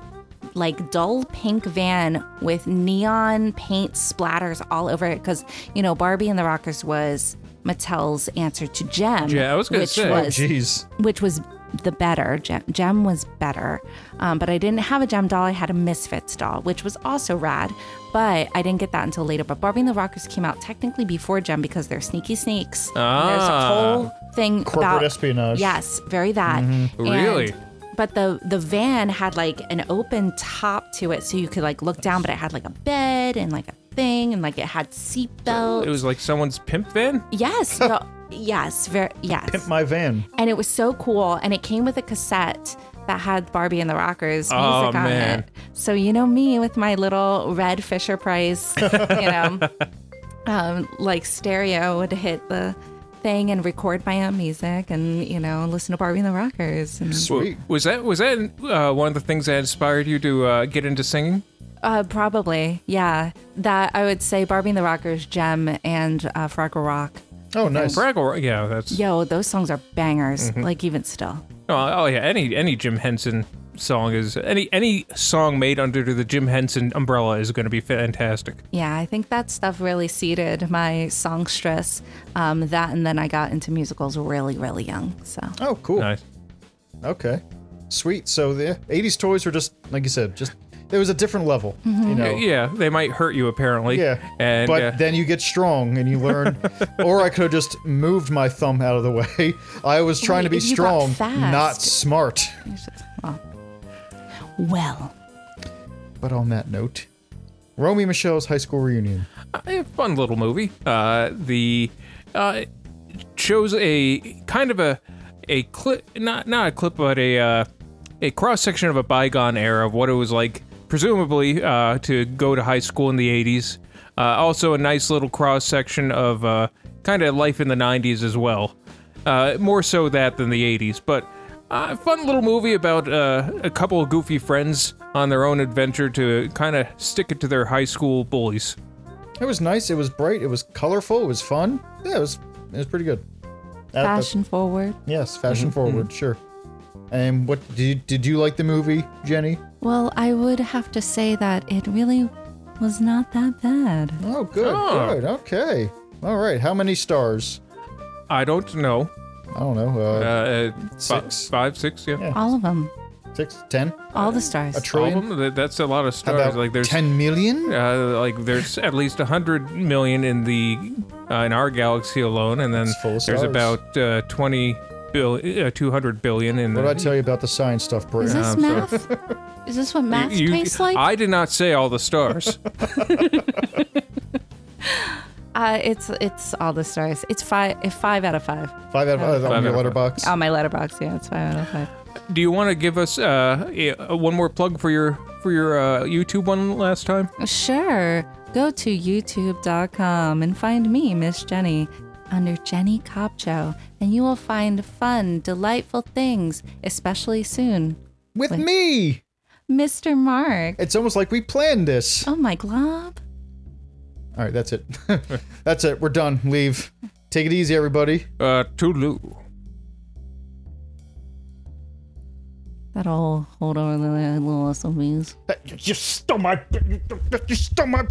Speaker 3: like dull pink van with neon paint splatters all over it because you know Barbie and the Rockers was Mattel's answer to Gem.
Speaker 2: Yeah, I was gonna
Speaker 3: which
Speaker 2: say.
Speaker 3: was
Speaker 1: Oh, Jeez,
Speaker 3: which was the better gem, gem was better um, but i didn't have a gem doll i had a misfits doll which was also rad but i didn't get that until later but barbie and the rockers came out technically before gem because they're sneaky snakes there's a
Speaker 2: Ah.
Speaker 3: whole thing
Speaker 1: Corporate
Speaker 3: about
Speaker 1: espionage. Mm-hmm.
Speaker 3: yes very that And-
Speaker 2: Really?
Speaker 3: but the the van had like an open top to it so you could like look down but it had like a bed and like a thing and like it had seatbelts
Speaker 2: It was like someone's pimp van.
Speaker 3: yes no- yes very yes
Speaker 1: pimp my van.
Speaker 3: and it was so cool. And it came with a cassette that had Barbie and the Rockers music
Speaker 2: Oh,
Speaker 3: on
Speaker 2: man.
Speaker 3: it. So you know me with my little red Fisher Price, you know, um, like stereo would hit the thing and record my own music and you know listen to Barbie and the Rockers. And,
Speaker 1: Sweet.
Speaker 2: Was that was that uh, one of the things that inspired you to uh, get into singing?
Speaker 3: uh, probably, yeah. That I would say Barbie and the Rockers, Gem, and uh, Fraggle Rock.
Speaker 1: Oh, nice.
Speaker 2: Braggle, yeah, that's
Speaker 3: Yo, those songs are bangers.
Speaker 2: Mm-hmm.
Speaker 3: Like even still.
Speaker 2: Oh, oh yeah, any any Jim Henson song is any any song made under the Jim Henson umbrella is going to be fantastic.
Speaker 3: Yeah, I think that stuff really seeded my songstress. Um, that and then I got into musicals really, really young. So
Speaker 1: Oh, cool.
Speaker 2: Nice.
Speaker 1: Okay, sweet. So the '80s toys were just like you said, just it was a different level, you know.
Speaker 2: Yeah, they might hurt you apparently.
Speaker 1: Yeah.
Speaker 2: and
Speaker 1: but
Speaker 2: uh,
Speaker 1: then you get strong and you learn. or I could have just moved my thumb out of the way. I was trying to be
Speaker 3: Wait, you got
Speaker 1: strong,
Speaker 3: fast.
Speaker 1: not smart.
Speaker 3: it's just- well. well,
Speaker 1: But on that note, Romy Michelle's high school reunion.
Speaker 2: a Eh, fun little movie. Uh, the uh, shows a kind of a a clip, not not a clip, but a uh, a cross section of a bygone era of what it was like, presumably uh, to go to high school in the '80s. Uh, also, a nice little cross section of uh, kind of life in the '90s as well. Uh, more so that than the '80s, but. Uh, fun little movie about uh, a couple of goofy friends on their own adventure to kind of stick it to their high school bullies.
Speaker 1: It was nice. It was bright. It was colorful. It was fun. Yeah, it was. It was pretty good. That- that's-
Speaker 3: Fashion forward.
Speaker 1: yes, fashion
Speaker 2: Mm-hmm,
Speaker 1: forward, sure. And what did you, did you like the movie, Jenny?
Speaker 3: Well, I would have to say that it really was not that bad.
Speaker 1: Oh, good,
Speaker 2: Oh.
Speaker 1: good, okay, all right. How many stars?
Speaker 2: I don't know.
Speaker 1: I don't know. Uh,
Speaker 2: Uh, Uh,
Speaker 1: Six?
Speaker 2: six, five, six, yeah.
Speaker 1: Yeah.
Speaker 3: All of them.
Speaker 1: six, ten,
Speaker 3: All the stars.
Speaker 1: a
Speaker 2: All of
Speaker 1: trillion.
Speaker 2: them, that- That's a lot of
Speaker 1: How
Speaker 2: stars.
Speaker 1: about
Speaker 2: Like there's
Speaker 1: ten million.
Speaker 2: uh, like there's at least a hundred million in the uh, in our galaxy alone, and then
Speaker 1: It's full of
Speaker 2: there's
Speaker 1: stars.
Speaker 2: about uh, twenty bill, uh, two hundred billion in
Speaker 1: What did I
Speaker 2: the.
Speaker 1: tell you about the science stuff,
Speaker 3: Is
Speaker 1: Britain?
Speaker 3: this
Speaker 2: I'm sorry.
Speaker 3: math? Is this what math
Speaker 2: You-
Speaker 3: tastes like?
Speaker 2: I did not say all the stars.
Speaker 3: uh, it's it's all the stars. It's five five out of five
Speaker 1: Five out of five on
Speaker 2: Five
Speaker 1: your
Speaker 2: out of
Speaker 1: letterbox.
Speaker 3: on my letterbox. Yeah, it's five out of five.
Speaker 2: Do you want to give us uh, a- a- one more plug for your for your uh, YouTube one last time?
Speaker 3: Sure. Go to youtube.com and find me, Miss Jenny, under Jenny Copcho, and you will find fun, delightful things, especially soon.
Speaker 1: With me,
Speaker 3: Mr. Mark.
Speaker 1: it's almost like we planned this.
Speaker 3: Oh, my glob.
Speaker 1: All right, that's it. that's it. We're done. Leave. Take it easy, everybody.
Speaker 2: Uh, Toodaloo.
Speaker 3: That old hold on little SOBs.
Speaker 1: You stole my. You stole my.